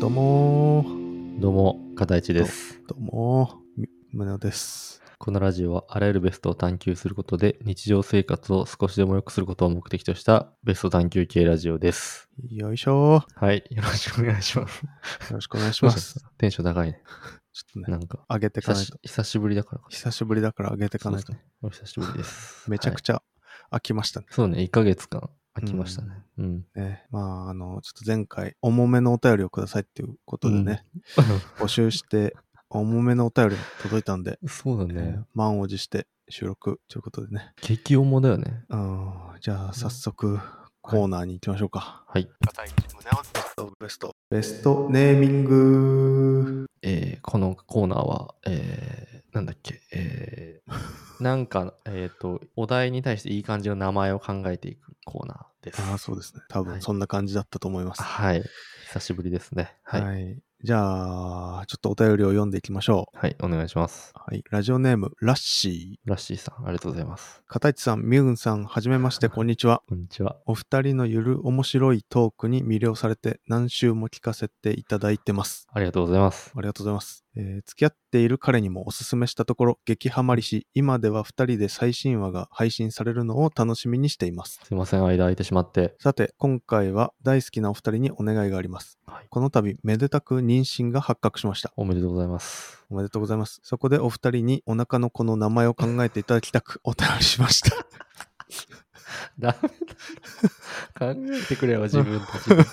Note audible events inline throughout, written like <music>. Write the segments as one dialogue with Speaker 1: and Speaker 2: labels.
Speaker 1: どうもー
Speaker 2: どうも、片市です。
Speaker 1: どうもーみ宗男です。
Speaker 2: このラジオはあらゆるベストを探求することで日常生活を少しでも良くすることを目的としたベスト探求系ラジオです。
Speaker 1: よいしょ
Speaker 2: はい、よろしくお願いします。
Speaker 1: ーよろしくお願いします。
Speaker 2: <laughs>
Speaker 1: ちょ
Speaker 2: テンション高いね。
Speaker 1: っとね、
Speaker 2: なんか、
Speaker 1: 上げてか
Speaker 2: 久
Speaker 1: ない
Speaker 2: し
Speaker 1: と。
Speaker 2: 久しぶりだからか。
Speaker 1: 久しぶりだから上げてか
Speaker 2: そう
Speaker 1: な
Speaker 2: で
Speaker 1: い
Speaker 2: す
Speaker 1: と。
Speaker 2: ね。お久しぶりです。
Speaker 1: めちゃく
Speaker 2: ゃ、
Speaker 1: ちゃ飽きましたね。
Speaker 2: そうね、1ヶ月間空きましたね。うん。 <laughs>
Speaker 1: ねまあ、あの、ちょっと前回、重めのお便りをくださいっていうことでね、募集して、重めのお便りが届いたんで、
Speaker 2: そうだ
Speaker 1: え
Speaker 2: <laughs> ね
Speaker 1: ー。満を持して収録ということでね。
Speaker 2: 激重だよね。
Speaker 1: うん、じゃあ、早速、コーナーに行きましょうか。
Speaker 2: はい。
Speaker 1: ベスト。ベストネーミング。
Speaker 2: えーこのコーナーは、えーなんだっけ、え <laughs> ーなんか、えっ、と、お題に対していい感じの名前を考えていくコーナーです。
Speaker 1: ああ、そうですね。多
Speaker 2: は
Speaker 1: 分、
Speaker 2: い
Speaker 1: そんな感じだったと思います。
Speaker 2: はい。久しぶりですね。はい。はい、
Speaker 1: はい。じゃあ、ちょっとお便りを読んでいきましょう。
Speaker 2: お願いします。
Speaker 1: はい。ラジオネーム、ラッシー。
Speaker 2: ラッシーさん、ありがとうございます。
Speaker 1: 片市さん、ミュンさん、はじめま
Speaker 2: <laughs>
Speaker 1: して、こんにちは。
Speaker 2: こんにちは。
Speaker 1: お二人のゆる面白いトークに魅了されて、何週も聞かせていただいてます。
Speaker 2: ありがとうございます。
Speaker 1: ありがとうございます。えー付き合っている彼にもおすすめしたところ、激ハマりし、今では二人で最新話が配信されるのを楽しみにしています。
Speaker 2: すいません、間空いてしまって。
Speaker 1: さて、今回は大好きなお二人にお願いがあります。
Speaker 2: はい
Speaker 1: この度、めでたく妊娠が発覚しました。
Speaker 2: おめでとうござい <laughs> ます。
Speaker 1: おめでとうございます。そこでお二人にお腹の子の名前を考えていただきたくお <laughs> 便りしました。 <laughs>
Speaker 2: ダメだ。考えてくれよ、自分たち <laughs> で。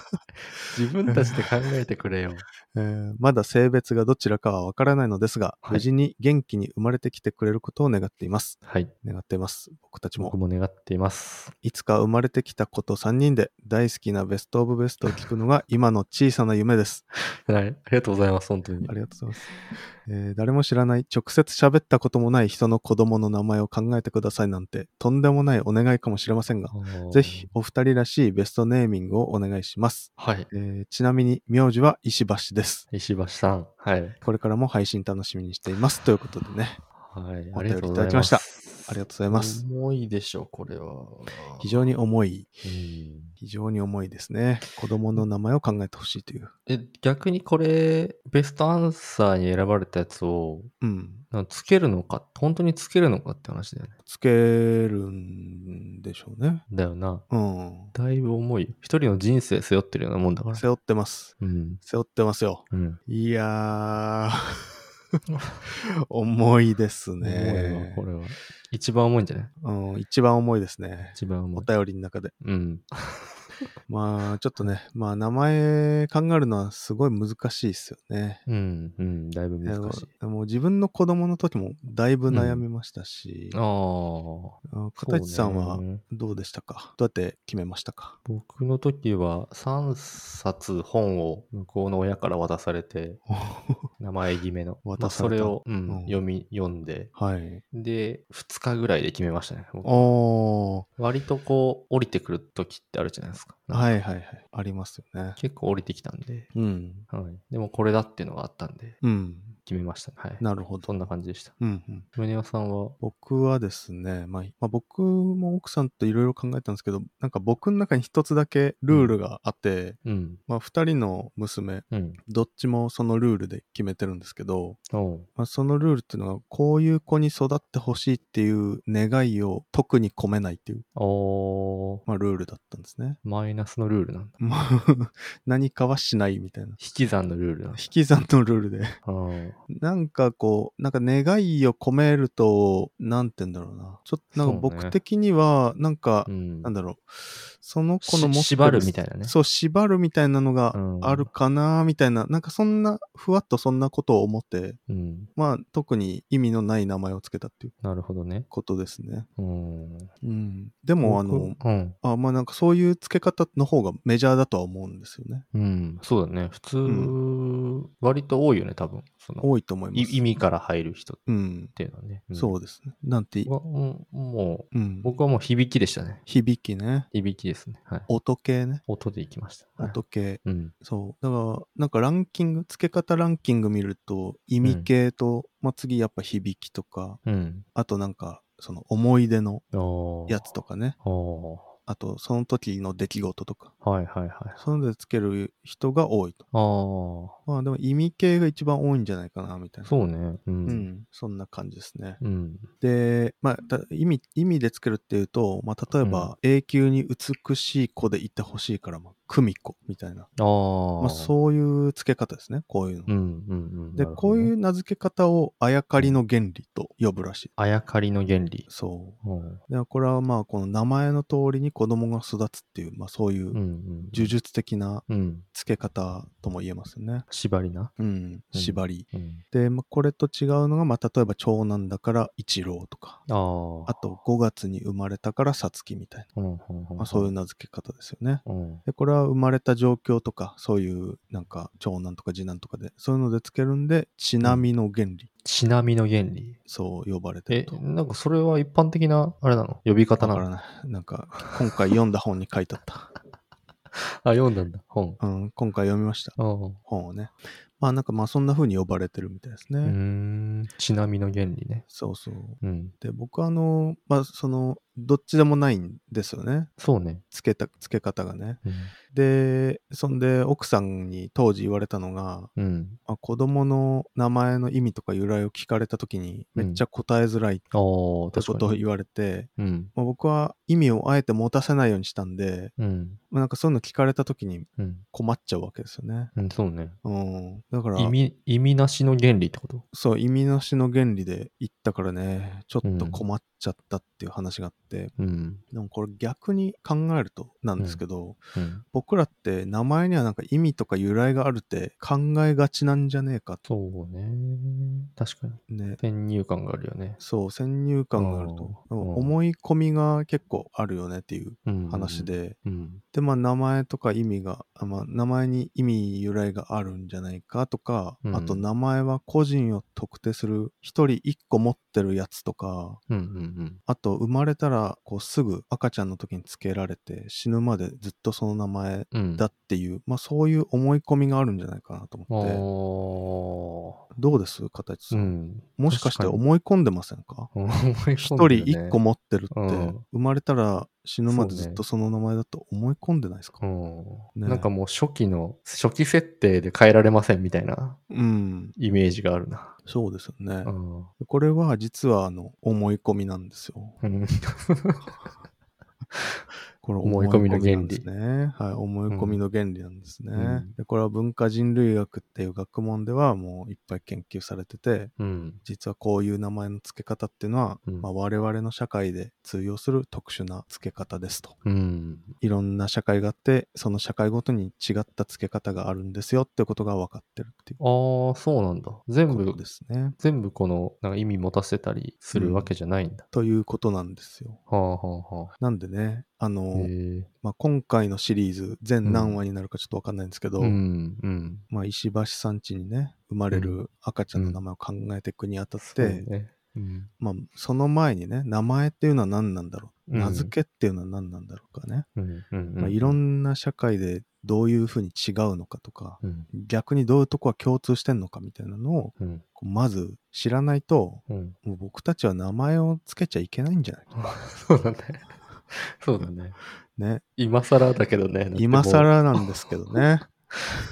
Speaker 2: 自分たちで考えてくれよ。
Speaker 1: えーまだ性別がどちらかはわからないのですが、
Speaker 2: はい
Speaker 1: 無事に元気に生まれてきてくれることを願っています。
Speaker 2: はい。
Speaker 1: 願っています。僕たち
Speaker 2: 僕
Speaker 1: も、
Speaker 2: も願っています。
Speaker 1: いつか生まれてきたこと3人で大好きなベストオブベストを聞くのが今の小さな夢です。
Speaker 2: はい。ありがとうございます、本当に
Speaker 1: あ。りがとうございます。えー誰も知らない、直接喋ったこともない人の子供の名前を考えてくださいなんて、とんでもないお願いかもしれませんが、ぜひ。お二人らしいベストネーミングをお願いします。
Speaker 2: はい。
Speaker 1: えーちなみに名字は石橋です。
Speaker 2: 石橋さん。はい。
Speaker 1: これからも配信楽しみにしています。ということでね、
Speaker 2: はい。
Speaker 1: お便
Speaker 2: ありがと
Speaker 1: り
Speaker 2: う
Speaker 1: いた
Speaker 2: ござ
Speaker 1: だ
Speaker 2: い
Speaker 1: き
Speaker 2: ま
Speaker 1: ました
Speaker 2: す。
Speaker 1: ありがとうございます。
Speaker 2: 重いでしょう、これは。
Speaker 1: 非常に重い、
Speaker 2: うん
Speaker 1: 非常に重いですね。子供の名前を考えてほしいという。
Speaker 2: え、逆にこれ、ベストアンサーに選ばれたやつを、
Speaker 1: うん。
Speaker 2: なんかつけるのか、本当につけるのかって話だよね。
Speaker 1: つけるんでしょうね。
Speaker 2: だよな。
Speaker 1: うん。
Speaker 2: だいぶ重いよ。一人の人生背負ってるようなもんだから。
Speaker 1: 背負ってます。
Speaker 2: うん。
Speaker 1: 背負ってますよ。
Speaker 2: うん。
Speaker 1: いや
Speaker 2: <laughs>
Speaker 1: ー。重いです
Speaker 2: 重いわ、
Speaker 1: ね
Speaker 2: こ、れは。一番重いんじゃない
Speaker 1: うん。一番重いですね。
Speaker 2: 一番重
Speaker 1: お
Speaker 2: い。
Speaker 1: 便りの中で。
Speaker 2: うん。
Speaker 1: まあ、ちょっとね、まあ、名前考えるのはすごい難しいですよね。
Speaker 2: うん。うん。だいぶ
Speaker 1: いや
Speaker 2: 難しい。
Speaker 1: でも自分の子供の時もだいぶ悩みましたし、
Speaker 2: ああ。
Speaker 1: あ片市さん
Speaker 2: そ
Speaker 1: は
Speaker 2: うね
Speaker 1: どうでしたかどうやって決めました
Speaker 2: <laughs>
Speaker 1: か
Speaker 2: 僕の時は3冊本を向こうの親から渡されて、名前決めの。
Speaker 1: 渡された
Speaker 2: まあそれを、うん
Speaker 1: うん
Speaker 2: 読み、読んで、
Speaker 1: <laughs> はい。
Speaker 2: で、2日ぐらいで決めましたね。僕
Speaker 1: おー、
Speaker 2: 割とこう、降りてくる時ってあるじゃないですか。。
Speaker 1: はいいはいはい。ありますよね。
Speaker 2: 結構降りてきたんで、
Speaker 1: うん。
Speaker 2: はい。でもこれだっていうのがあったんで、
Speaker 1: うん。
Speaker 2: 決めましたね。はい。
Speaker 1: なるほど。
Speaker 2: そんな感じでした。
Speaker 1: うんうん、
Speaker 2: 宗男さんは、
Speaker 1: 僕はですね、まあまあ、僕も奥さんといろいろ考えたんですけど、なんか僕の中に一つだけルールがあって、
Speaker 2: うん、
Speaker 1: まあ2人の娘、
Speaker 2: うん。
Speaker 1: どっちもそのルールで決めてるんですけど、
Speaker 2: おう
Speaker 1: まあ、そのルールっていうのはこういう子に育ってほしいっていう願いを特に込めないっていう、
Speaker 2: お
Speaker 1: まあ、ルールだったんですね。 <laughs>
Speaker 2: ーマイナスのルールなんだ。
Speaker 1: まあ何かはしないみたいな。
Speaker 2: 引き算のルールなんだ。
Speaker 1: 引き算のルールで。
Speaker 2: うん
Speaker 1: なんかこう、なんか願いを込めると、なんて言うんだろうな。ちょっとなんか
Speaker 2: そう
Speaker 1: 僕
Speaker 2: ね
Speaker 1: 的には、なんか、
Speaker 2: うん
Speaker 1: なんだろう。その子の
Speaker 2: し
Speaker 1: 持ってる
Speaker 2: 縛るみたいなね
Speaker 1: そう、縛るみたいなのがあるかな、みたいな。なんかそんな、ふわっとそんなことを思って、
Speaker 2: うん。
Speaker 1: まあ特に意味のない名前をつけたっていう
Speaker 2: なるほどね。
Speaker 1: ことですね。
Speaker 2: うん。
Speaker 1: うん、でもあの
Speaker 2: 僕うん。
Speaker 1: あまあなんかそういう付け方の方がメジャーだとは思うんですよね
Speaker 2: うん。そうだね。普通、
Speaker 1: う
Speaker 2: 割と多いよね、多分。その
Speaker 1: 多いと思います
Speaker 2: い意味から入る人っ
Speaker 1: うん
Speaker 2: ていうのはね。
Speaker 1: そうですねなんて
Speaker 2: うん。わうんもう、
Speaker 1: うん
Speaker 2: 僕はもう響きでしたね。
Speaker 1: 響きね
Speaker 2: 響きですね。はい。
Speaker 1: 音系ね
Speaker 2: 音でいきました。はい
Speaker 1: 音系
Speaker 2: うん。
Speaker 1: そうだからなんかランキング付け方ランキング見ると意味系と、まあ次やっぱ響きとか
Speaker 2: うん。
Speaker 1: あとなんかその思い出の
Speaker 2: おー
Speaker 1: やつとかね
Speaker 2: お
Speaker 1: あとその時の出来事とか、
Speaker 2: はいはいはい。あ
Speaker 1: そういうのでつける人が多いと。
Speaker 2: あ、そ
Speaker 1: まあでも意味系が一番多いんじゃないかな、みたいな。
Speaker 2: うね。う。
Speaker 1: うんん、そんな感じですね。
Speaker 2: うん。
Speaker 1: で、まあ、だ意味意味でつけるっていうと、まあ、例えば永久に美しい子でいてほしいから、まあ、久美子みたいな、
Speaker 2: ああ。
Speaker 1: まあ、そういう付け方ですね、こういうの。
Speaker 2: うんうんうん。
Speaker 1: で、こういう
Speaker 2: う。
Speaker 1: 名付け方をあやかりの原理と呼ぶらしい。
Speaker 2: あやかりの原理。
Speaker 1: そ
Speaker 2: うん。
Speaker 1: う。でこれはまあ、この名前の通りに子供が育つっていう、まあ、そういう
Speaker 2: うんうん。
Speaker 1: 呪術的な
Speaker 2: うん。
Speaker 1: 付け方とも言えますよね。
Speaker 2: 縛りな。
Speaker 1: うん、
Speaker 2: うん
Speaker 1: 縛り。
Speaker 2: うん。
Speaker 1: で、まあ、これと違うのが、まあ、例えば長男だから一郎とか、
Speaker 2: ああ。
Speaker 1: あと5月に生まれたからさつきみたいな。
Speaker 2: うんうんうん。
Speaker 1: まあ、そういう
Speaker 2: う。
Speaker 1: 名付け方ですよね。
Speaker 2: うん。
Speaker 1: で、これは生まれた状況とか、そういうなんか長男とか次男とかで、そういうのでつけるんで、ちなみの原理、
Speaker 2: ちなみの原理。
Speaker 1: そう呼ばれてる
Speaker 2: え
Speaker 1: と。、
Speaker 2: なんかそれは一般的な、あれなの呼び方
Speaker 1: だ
Speaker 2: な
Speaker 1: か
Speaker 2: の
Speaker 1: らないなんか、今回読んだ本に書いてあった。 <laughs>
Speaker 2: あ、読んだんだ、本。
Speaker 1: うん、今回読みました。
Speaker 2: あー
Speaker 1: 本をね。まあなんかまあそんな風に呼ばれてるみたいですね。
Speaker 2: うーん。ちなみの原理ね。
Speaker 1: そうそう。
Speaker 2: うん。
Speaker 1: で、僕はあの、まあその、どっちでもないんですよね。
Speaker 2: そうね。
Speaker 1: つけた、つけ方がね。
Speaker 2: うん
Speaker 1: で、そんで奥さんに当時言われたのが、
Speaker 2: うん。
Speaker 1: まあ、子供の名前の意味とか由来を聞かれた時にめっちゃ答えづらいって
Speaker 2: ああ、
Speaker 1: こ
Speaker 2: 確
Speaker 1: と
Speaker 2: か
Speaker 1: を
Speaker 2: に。
Speaker 1: 言われて、
Speaker 2: うん。
Speaker 1: まあ、僕は意味をあえて持たせないようにしたんで、
Speaker 2: うん。
Speaker 1: まあ、なんかそういうの聞かれた時に
Speaker 2: うん。
Speaker 1: 困っちゃうわけですよね。
Speaker 2: うん、そうね。
Speaker 1: うん、だから
Speaker 2: 意味、意味なしの原理ってこと
Speaker 1: そう意味なしの原理で言ったからねちょっと
Speaker 2: うん
Speaker 1: 困っちゃったっていう話があって、
Speaker 2: うん。
Speaker 1: でもこれ逆に考えるとなんですけど、
Speaker 2: うん。
Speaker 1: 僕らって名前にはなんか意味とか由来があるって考えがちなんじゃねえかと
Speaker 2: そうね。確かに。
Speaker 1: ね
Speaker 2: 先入観があるよね。
Speaker 1: そう先入観があると
Speaker 2: うんうん
Speaker 1: 思い込みが結構あるよねっていう
Speaker 2: うん。
Speaker 1: 話。で、
Speaker 2: うん。
Speaker 1: でまあ名前とか意味が、あまあ、名前に意味由来があるんじゃないかとか、
Speaker 2: うん
Speaker 1: あと名前は個人を特定する一人一個持ってるやつとか
Speaker 2: うんうん
Speaker 1: あと生まれたらこうすぐ赤ちゃんの時につけられて死ぬまでずっとその名前
Speaker 2: うん。うん。
Speaker 1: だっていう、まあ、そういう思い込みがあるんじゃないかなと
Speaker 2: あ
Speaker 1: 思って
Speaker 2: あ。
Speaker 1: どうです形さ、
Speaker 2: うんん。
Speaker 1: もしかして
Speaker 2: 確に
Speaker 1: 思い込んでませんか
Speaker 2: 思い込ん
Speaker 1: 一人
Speaker 2: だよね
Speaker 1: 一個持ってるって、
Speaker 2: うん
Speaker 1: 生まれたら死ぬまで
Speaker 2: そうね
Speaker 1: ずっとその名前だと思い込んでないですか
Speaker 2: うん
Speaker 1: ね
Speaker 2: なんかもう初期の、初期設定で変えられませんみたいな
Speaker 1: うん、
Speaker 2: イメージがあるな。
Speaker 1: そうですよね
Speaker 2: う。ん。
Speaker 1: これは実はあの思い込みなんですよ。
Speaker 2: うん
Speaker 1: これ
Speaker 2: 思い込みの原理
Speaker 1: なんですね。はい、思い込みの原理なんですね、
Speaker 2: うん
Speaker 1: で。これは文化人類学っていう学問ではもういっぱい研究されてて、
Speaker 2: うん。
Speaker 1: 実はこういう名前の付け方っていうのは、
Speaker 2: うん
Speaker 1: まあ、我々の社会で通用する特殊な付け方ですと。
Speaker 2: うん。
Speaker 1: いろんな社会があって、その社会ごとに違った付け方があるんですよってことが分かってるっていう
Speaker 2: ああ、そうなんだ。全
Speaker 1: こ
Speaker 2: 部
Speaker 1: と、ですね。
Speaker 2: 全部このなんか意味持たせたりするわけじゃないんだ。
Speaker 1: ということなんですよ。
Speaker 2: はあはあはあ。
Speaker 1: なんでね、あの、
Speaker 2: へえ。
Speaker 1: まあ、今回のシリーズ全何話になるかちょっとわかんないんですけど、
Speaker 2: うん。うん。
Speaker 1: まあ、石橋さん家にね生まれる赤ちゃんの名前を考えていくにあたって、
Speaker 2: そうね、うん。
Speaker 1: まあ、その前にね名前っていうのは何なんだろう、
Speaker 2: うん
Speaker 1: 名付けっていうのは何なんだろうかね、
Speaker 2: うん。うん。
Speaker 1: まあ、いろ
Speaker 2: な。
Speaker 1: んな社会でどういうふうに違うのかとか
Speaker 2: うん。
Speaker 1: 逆にどういうとこは共通してんのかみたいなのを
Speaker 2: うん。
Speaker 1: こうまず知らないと
Speaker 2: うん。
Speaker 1: もう僕たちは名前を付けちゃいけないんじゃないか
Speaker 2: そうだね。 <laughs> そうだね。
Speaker 1: ね
Speaker 2: 今更だけどね。だってもう
Speaker 1: 今。更なんですけどね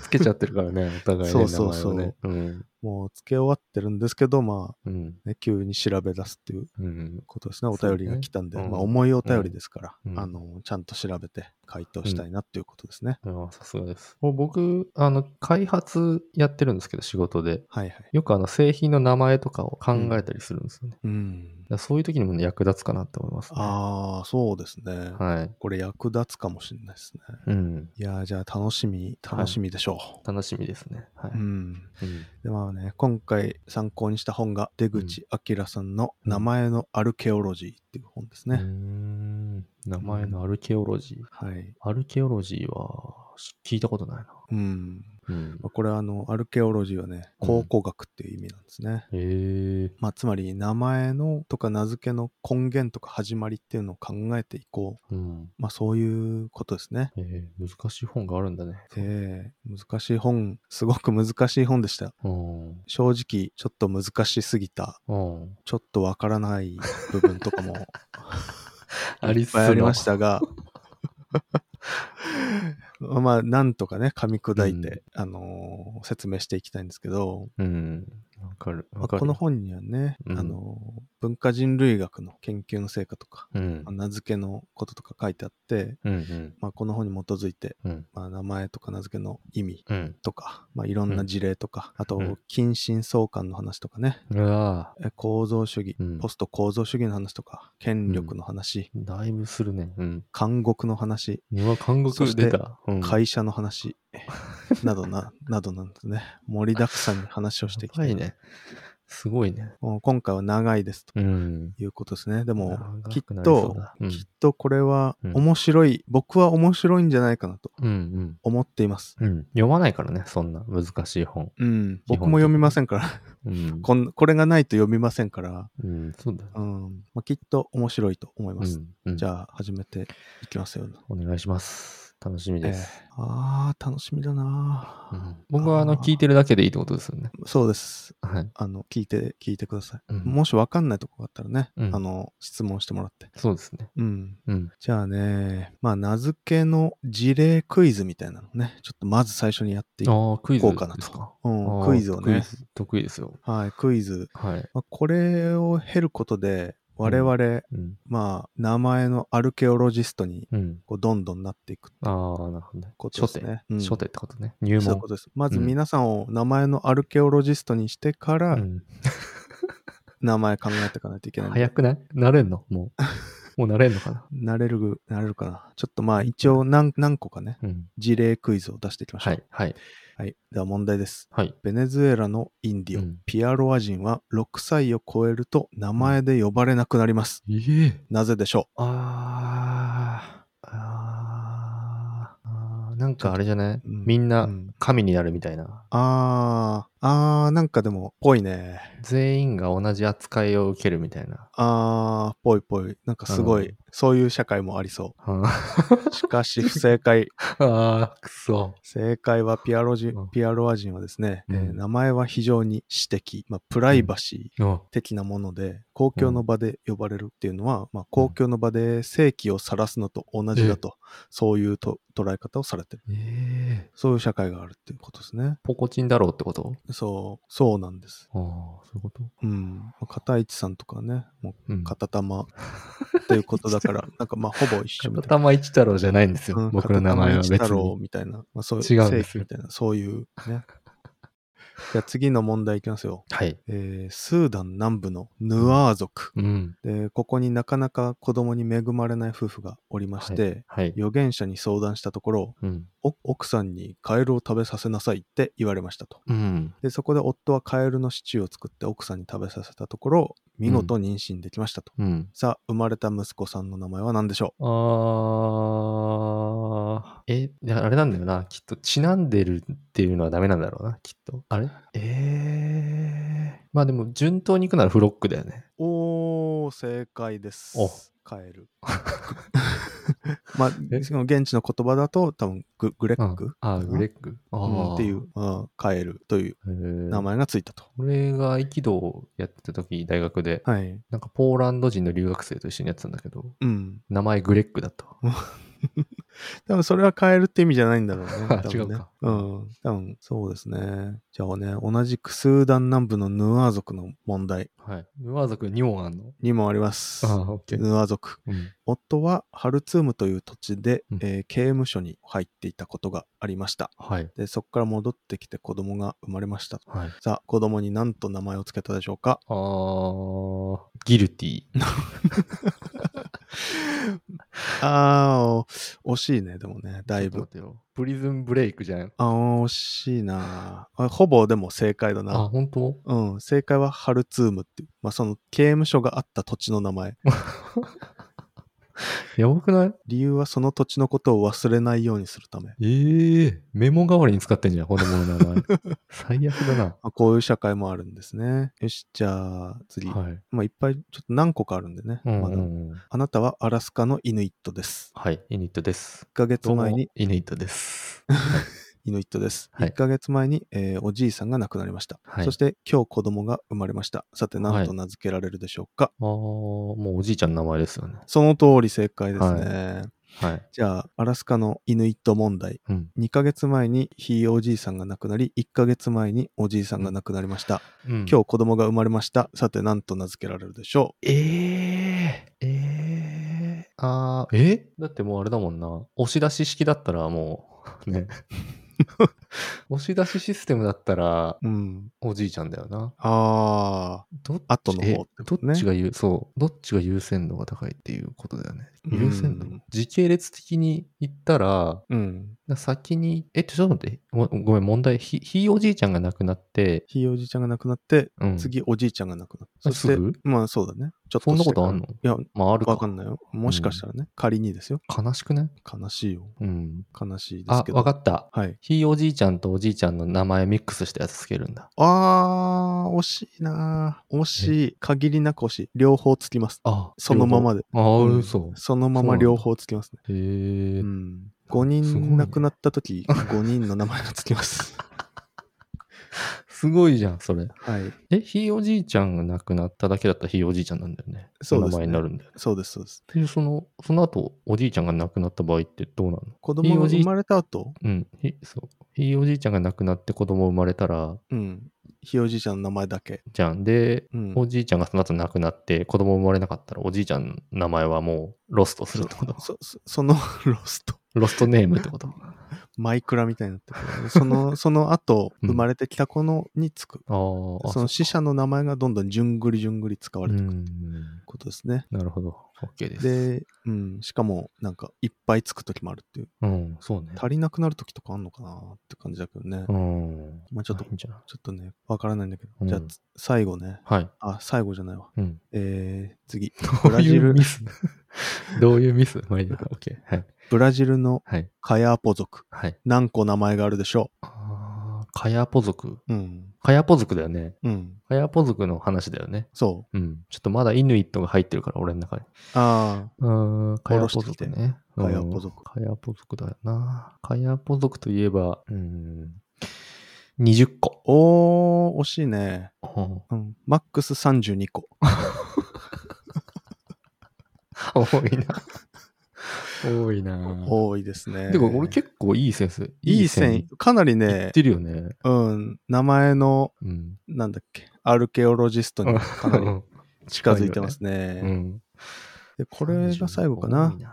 Speaker 2: つけちゃってるからね、お互いね。
Speaker 1: そうそうそう
Speaker 2: 名前をねうん。
Speaker 1: もう付け終わってるんですけどまあ
Speaker 2: うん。
Speaker 1: ね、急に調べ出すっていう
Speaker 2: うん。
Speaker 1: ことですね。お
Speaker 2: そう
Speaker 1: 便
Speaker 2: ね
Speaker 1: りが来たんで、
Speaker 2: うん
Speaker 1: まあ、重いお便りですから、
Speaker 2: うん
Speaker 1: あの、ちゃんと調べて回答したいなっていうことですね。
Speaker 2: ああさすがです。もう僕、あの、開発やってるんですけど、仕事で。
Speaker 1: はいはい。
Speaker 2: よくあの、製品の名前とかを考えたりするんですよね。だか
Speaker 1: うん。
Speaker 2: らそういう時にもね役立つかなって思います、ね。
Speaker 1: ああ、そうですね。
Speaker 2: はい。
Speaker 1: これ役立つかもしれないですね。
Speaker 2: うん。
Speaker 1: いやー、じゃあ楽しみ、
Speaker 2: はい
Speaker 1: 楽しみでしょ
Speaker 2: 楽しみですね。はい。
Speaker 1: う。うん。
Speaker 2: うん
Speaker 1: で、まあね、今回参考にした本が出口明さんの
Speaker 2: うん
Speaker 1: 名前のアルケオロジーっていう本です
Speaker 2: うー
Speaker 1: ね。
Speaker 2: ん名前のアルケオロジー。
Speaker 1: はい。
Speaker 2: アルケオロジーは聞いたことないな。
Speaker 1: うん。
Speaker 2: うん
Speaker 1: まあ、これはあの、アルケオロジーはね、考古学っていう意味なんですね。
Speaker 2: へえ。
Speaker 1: まあ、つまり名前のとか名付けの根源とか始まりっていうのを考えていこ
Speaker 2: うん。
Speaker 1: う、まあ、そういうことですね。
Speaker 2: へえ難しい本があるんだね。
Speaker 1: ええ難しい本すごく難しい本でした
Speaker 2: うん。
Speaker 1: 正直ちょっと難しすぎた
Speaker 2: うん。
Speaker 1: ちょっとわからない部分とかも
Speaker 2: あり
Speaker 1: いっ
Speaker 2: つつ。
Speaker 1: ぱいありました
Speaker 2: <laughs>
Speaker 1: たがまあ、なんとかね、噛み砕いて、あのー説明していきたいんですけど、
Speaker 2: うん。わかる。
Speaker 1: ま
Speaker 2: わ
Speaker 1: あ
Speaker 2: かる。
Speaker 1: この本にはね、
Speaker 2: うん
Speaker 1: あのー文化人類学の研究の成果とか、
Speaker 2: うん
Speaker 1: まあ。名付けのこととか書いてあって、
Speaker 2: うんうん。
Speaker 1: まあ、この本に基づいて、
Speaker 2: うん。
Speaker 1: まあ、名前とか名付けの意味
Speaker 2: うん。
Speaker 1: とか、まあ、いろんな事例とか、あ
Speaker 2: う
Speaker 1: と
Speaker 2: ん、
Speaker 1: 近親相関の話とかね、
Speaker 2: うわ
Speaker 1: え構造主義、
Speaker 2: うん
Speaker 1: ポスト構造主義の話とか、権力の話、
Speaker 2: ぁだいぶするね。うん。
Speaker 1: 監獄の話、
Speaker 2: うわ、韓
Speaker 1: そ
Speaker 2: 国
Speaker 1: して
Speaker 2: 出た。うん。
Speaker 1: 会社の話、などな、 <laughs> などなんですね。盛りだくさんに話をしていきた
Speaker 2: や
Speaker 1: い。
Speaker 2: ばいね。すごいね。
Speaker 1: もう今回は長いですと
Speaker 2: うん。
Speaker 1: いうことですね。でも、きっ
Speaker 2: 長くなりそ
Speaker 1: と
Speaker 2: うだ、うん
Speaker 1: きっとこれは
Speaker 2: うん
Speaker 1: 面白い、僕は面白いんじゃないかなと
Speaker 2: うん
Speaker 1: 思っています。
Speaker 2: うん。うん。読まないからね、そんな難しい本。
Speaker 1: うん、
Speaker 2: 本的に
Speaker 1: 僕も読みませんから、 <laughs>
Speaker 2: うん。
Speaker 1: こんこれがないと読みませんから、
Speaker 2: うん、そうだね。
Speaker 1: うんまあ、きっと面白いと思います。
Speaker 2: うん。
Speaker 1: じ
Speaker 2: あ。
Speaker 1: ゃあ、始めていきますよ。
Speaker 2: お願いします。楽しみです。
Speaker 1: ええあー、楽しみだな
Speaker 2: う
Speaker 1: あ、
Speaker 2: ん僕はあの
Speaker 1: あー
Speaker 2: 聞いてるだけでいいってことですよね。
Speaker 1: そうです。
Speaker 2: はい。
Speaker 1: あの、聞いて、聞いてください。
Speaker 2: うん
Speaker 1: もしわかんないとこがあったらね、
Speaker 2: うん
Speaker 1: あの、質問してもらって。
Speaker 2: そうですね。
Speaker 1: うん。
Speaker 2: うん。
Speaker 1: じゃあね、まあ、名付けの事例クイズみたいなのね、ちょっとまず最初にやっていこ
Speaker 2: ああ、クイズ
Speaker 1: うかな
Speaker 2: ですか
Speaker 1: と。。うん、
Speaker 2: あー
Speaker 1: クイズをね。
Speaker 2: クイズ得意ですよ。
Speaker 1: はい、クイズ。
Speaker 2: はい。
Speaker 1: まあ、これを経ることで、我々、
Speaker 2: うん。
Speaker 1: まあ、名前のアルケオロジストに、
Speaker 2: うん。
Speaker 1: こう、どんどんなっていく
Speaker 2: ああ、なるほどね。
Speaker 1: ことで
Speaker 2: 初
Speaker 1: す
Speaker 2: 手。
Speaker 1: ね。うん
Speaker 2: 初手ってことね。入
Speaker 1: そういう
Speaker 2: 門
Speaker 1: こ。とです。まず
Speaker 2: うん
Speaker 1: 皆さんを名前のアルケオロジストにしてか
Speaker 2: う
Speaker 1: ら
Speaker 2: ん
Speaker 1: 名前考えていかないといけない。
Speaker 2: 早くないなれんのも <laughs> う。もうなれんのかな
Speaker 1: なれる、なれるかな。ちょっとまあ一応何何個かね、
Speaker 2: うん。
Speaker 1: 事例クイズを出していきましょう。
Speaker 2: はい。はい。
Speaker 1: はい。では問題です。
Speaker 2: はい。
Speaker 1: ベネズエラのインディオ、
Speaker 2: うん
Speaker 1: ピアロア人は6歳を超えると名前で呼ばれなくなります。
Speaker 2: ええ。
Speaker 1: なぜでしょ
Speaker 2: あーあーあーなんかあれじゃない、
Speaker 1: うん
Speaker 2: みん
Speaker 1: う、
Speaker 2: な
Speaker 1: うん
Speaker 2: 神になるみたいな。
Speaker 1: あー、あー、なんかでも、ぽいね。
Speaker 2: 全員が同じ扱いを受けるみたいな。
Speaker 1: あー、ぽいぽい。なんかすごい、
Speaker 2: う
Speaker 1: そういう社会もありそ
Speaker 2: <laughs> あ <laughs>
Speaker 1: う。しかし、不正解。
Speaker 2: あー、くそ。
Speaker 1: 正解はピアロジ
Speaker 2: うん
Speaker 1: ピアロア人はですね、えー
Speaker 2: うん
Speaker 1: 名前は非常に私的、まあ、プライバシー
Speaker 2: あ
Speaker 1: 的なもので、公共の場で呼ばれるっていうのは、まあ、公共の場で正規を晒すのと同じだと、そういうと捉え方をされてる。
Speaker 2: ええ
Speaker 1: そういう社会があるっていうことですね。
Speaker 2: ポコチンだろうってこと
Speaker 1: そう、そうなんです。
Speaker 2: ああ、そういうこと
Speaker 1: うん。まあ片市さんとかね、も
Speaker 2: う。
Speaker 1: うん片玉っていうことだ
Speaker 2: <laughs>
Speaker 1: から、なんかまあ、ほぼ一緒み
Speaker 2: 片
Speaker 1: たいな。
Speaker 2: 玉一太郎じゃないんですよ。
Speaker 1: うん
Speaker 2: 僕の名前は別
Speaker 1: 片玉一太郎
Speaker 2: に。
Speaker 1: みたいな、まあ、そういう
Speaker 2: 違うん
Speaker 1: 正
Speaker 2: で
Speaker 1: 規
Speaker 2: す
Speaker 1: みたいな、そういうね。じゃあ次の問題いきますよ。
Speaker 2: はい。
Speaker 1: えースーダン南部のヌアー族、
Speaker 2: うん。
Speaker 1: でここになかなか子供に恵まれない夫婦がおりまして、
Speaker 2: はい。
Speaker 1: 預言者に相談したところ
Speaker 2: うん。
Speaker 1: お奥さんにカエルを食べさせなさいって言われましたと
Speaker 2: うん。
Speaker 1: でそこで夫はカエルのシチューを作って奥さんに食べさせたところ見事妊娠できましたと、
Speaker 2: うん。
Speaker 1: さあ生まれた息子さんの名前は何でしょう
Speaker 2: あーえ、いやあれなんだよな。きっと、ちなんでるっていうのはダメなんだろうな、きっと。あれえー。まあでも、順当に行くならフロックだよね。
Speaker 1: おー正解です
Speaker 2: お
Speaker 1: カエル <laughs> まあ
Speaker 2: え
Speaker 1: その現地の言葉だと多分ググレ
Speaker 2: う
Speaker 1: ッ
Speaker 2: ん
Speaker 1: ク、か
Speaker 2: あー、
Speaker 1: な
Speaker 2: グレッグ。あ
Speaker 1: う
Speaker 2: ー
Speaker 1: んってい。う、うんカエルという
Speaker 2: へー
Speaker 1: 名。前がついたと。
Speaker 2: 俺が合気道やってた時、大学で、
Speaker 1: はい。
Speaker 2: なんかポーランド人の留学生と一緒にやってたんだけど、
Speaker 1: うん。
Speaker 2: 名前グレッグだったわ。
Speaker 1: 多分それはカエルって意味じゃないんだろうね
Speaker 2: <laughs> あ。
Speaker 1: 多分ね
Speaker 2: 違うか
Speaker 1: うん。多分そうですね。じゃあね、同じくスーダン南部のヌアー族の問題
Speaker 2: はい。ヌアー族2問あんの
Speaker 1: にもあります。
Speaker 2: ああ、オッケー。
Speaker 1: ヌアー族。
Speaker 2: うん。
Speaker 1: 夫はハルツームという土地で、
Speaker 2: うん
Speaker 1: えー刑務所に入っていたことがありました。
Speaker 2: はい。
Speaker 1: で、そこから戻ってきて子供が生まれました。
Speaker 2: はい。
Speaker 1: さあ、子供に何と名前をつけたでしょう
Speaker 2: <laughs>
Speaker 1: か
Speaker 2: あー、ギルティー。
Speaker 1: あー、お惜しいね、でもね、だい
Speaker 2: ち
Speaker 1: ぶ
Speaker 2: ょっ。と待ってよ。プリズンブレイクじゃん。
Speaker 1: あー、惜しいなあほぼでも正解だ
Speaker 2: あ、
Speaker 1: な。
Speaker 2: 本当
Speaker 1: うん、正解はハルツームっていう、まあ、その刑務所があった土地の名前。
Speaker 2: やばくない
Speaker 1: 理由はその土地のことを忘れないようにするため。
Speaker 2: ええメモ代わりに使ってんじゃん、子供の名前。最悪だな。
Speaker 1: まあ、こういう社会もあるんですね。よし、じゃあ次。
Speaker 2: はい。
Speaker 1: まあ、いっぱいちょっと何個かあるんでね。
Speaker 2: うんう
Speaker 1: まだ
Speaker 2: んうん、
Speaker 1: あなたはアラスカのイヌイットです。
Speaker 2: はい、イニットです。
Speaker 1: 1ヶ月
Speaker 2: どうも
Speaker 1: 前に、
Speaker 2: イニットです。
Speaker 1: イヌイットです。
Speaker 2: はい
Speaker 1: 1ヶ月前に、えーおじいさんが亡くなりました。
Speaker 2: はい
Speaker 1: そして今日子供が生まれました。さて何と名付けられるでしょうか、
Speaker 2: あー、もうおじいちゃんの名前ですよね。
Speaker 1: その通り正解ですね。
Speaker 2: はい。
Speaker 1: じゃあ、アラスカのイヌイット問題。
Speaker 2: うん。
Speaker 1: 2ヶ月前にひいおじいさんが亡くなり、1ヶ月前におじいさんが亡くなりました。
Speaker 2: うん、
Speaker 1: 今日子供が生まれました。さて、何と名付けられるでしょ
Speaker 2: ええええあーえだってもうあれだもんな。押し出し式だったらもう、ね。押し出しシステムだったら、
Speaker 1: ううん。
Speaker 2: おじいちゃんだよな。
Speaker 1: あ
Speaker 2: どっち
Speaker 1: 後の方って
Speaker 2: え
Speaker 1: ことね
Speaker 2: どっちが優、そう。どっちが優先度が高いっていうことだよね。
Speaker 1: うん
Speaker 2: 優先度。時系列的に言ったら、
Speaker 1: ー。うん。
Speaker 2: 先に、え、ちょっと待って。ごごめん、問題。ひ、ひいおじいちゃんが亡くなって、
Speaker 1: ひいおじいちゃんが亡くなって、
Speaker 2: うん。
Speaker 1: 次おじいちゃんが亡くなって。そ
Speaker 2: あ
Speaker 1: して
Speaker 2: すぐ、
Speaker 1: まあそうだね。ちょっと
Speaker 2: そんな
Speaker 1: してから
Speaker 2: ことあんの
Speaker 1: いや、
Speaker 2: まあ、あるか
Speaker 1: わかんないよ。もしかしたらね、仮にですよ。
Speaker 2: 悲しくない
Speaker 1: 悲しいよ。
Speaker 2: うん。
Speaker 1: 悲しいです
Speaker 2: あ、
Speaker 1: けど。
Speaker 2: わかった。
Speaker 1: はい。
Speaker 2: ひいおじいちゃんとおじいちゃんの名前ミックスしたやつつけるんだ。
Speaker 1: あー、惜しいなー惜しい。限りなく惜しい。両方つきます。
Speaker 2: あ
Speaker 1: そのままで。
Speaker 2: ああ、
Speaker 1: うん
Speaker 2: 嘘。
Speaker 1: そのまま両方つきますね。
Speaker 2: へえ
Speaker 1: う。ん。5人亡くなった時、5人の名前がつき
Speaker 2: <laughs>
Speaker 1: ます。
Speaker 2: すごいじゃん、それ。
Speaker 1: はい。
Speaker 2: え、ひいおじいちゃんが亡くなっただけだったらひいおじいちゃんなんだよね。
Speaker 1: そうですね
Speaker 2: お名前になるんだよ。
Speaker 1: そうです、そうです。
Speaker 2: で、その、その後、おじいちゃんが亡くなった場合ってどうなの
Speaker 1: 子
Speaker 2: ひい
Speaker 1: 供
Speaker 2: お
Speaker 1: が
Speaker 2: じい
Speaker 1: 生まれた後、
Speaker 2: うん。ひ、そう。ひいおじいちゃんが亡くなって子供生まれたら、
Speaker 1: うん。ひいおじいちゃんの名前だけ。
Speaker 2: じゃん。で、
Speaker 1: うん。
Speaker 2: おじいちゃんがその後亡くなって子供生まれなかったら、おじいちゃんの名前はもうロストするってこと
Speaker 1: そそそのロスト、
Speaker 2: ロストネームってこと
Speaker 1: マイクラみたいになってるそ
Speaker 2: <laughs>
Speaker 1: の、その後、
Speaker 2: うん
Speaker 1: 生まれてきた子のにつく。
Speaker 2: ああ。
Speaker 1: その死者の名前がどんどんじゅんぐりじゅんぐり使わ
Speaker 2: う
Speaker 1: れていく
Speaker 2: ん。
Speaker 1: ことですね。
Speaker 2: なるほど。OK です。
Speaker 1: で、うん、しかも、なんか、いっぱいつくときもあるっていう。
Speaker 2: うん、そうね。
Speaker 1: 足りなくなるときとかあんのかなって感じだけどね。
Speaker 2: うん。
Speaker 1: まあちょっと
Speaker 2: いいんじゃない
Speaker 1: ちょっとね、わからないんだけど。
Speaker 2: うん
Speaker 1: じゃあ、つ最後ね。
Speaker 2: はい。
Speaker 1: あ、最後じゃないわ。
Speaker 2: うん。
Speaker 1: えー、次。
Speaker 2: <laughs> ど
Speaker 1: ブ
Speaker 2: う
Speaker 1: ラジ
Speaker 2: いう
Speaker 1: ル
Speaker 2: ミ、スどういうミスまあいいや OK。はい。
Speaker 1: ブラジルの
Speaker 2: はい。
Speaker 1: カヤーポ族。
Speaker 2: はい。
Speaker 1: 何個名前があるでしょ
Speaker 2: あーカヤポ族。
Speaker 1: ううん。
Speaker 2: カヤポ族だよね。
Speaker 1: うん。
Speaker 2: カヤポ族の話だよね。
Speaker 1: そう。
Speaker 2: うん。ちょっとまだイヌイットが入ってるから、俺の中に。
Speaker 1: あ
Speaker 2: うーん、カヤポ
Speaker 1: 下ろして
Speaker 2: 族
Speaker 1: きて
Speaker 2: ね。うん
Speaker 1: カヤポ族
Speaker 2: カヤポ族だよな。カヤポ族といえば、うーん、20個。
Speaker 1: ー。おー、惜しいね。
Speaker 2: うん
Speaker 1: うん。マックス32個。
Speaker 2: 多いな。多いな。
Speaker 1: 多いですね。
Speaker 2: でも俺結構いいセンス。
Speaker 1: いい線、かなり
Speaker 2: 言っ
Speaker 1: ね、
Speaker 2: てるよね。
Speaker 1: うん、名前の、
Speaker 2: うん。
Speaker 1: なんだっけ、アルケオロジストにかなり近づいてますね。
Speaker 2: <laughs> うん。
Speaker 1: でこれが最後かな
Speaker 2: 多い。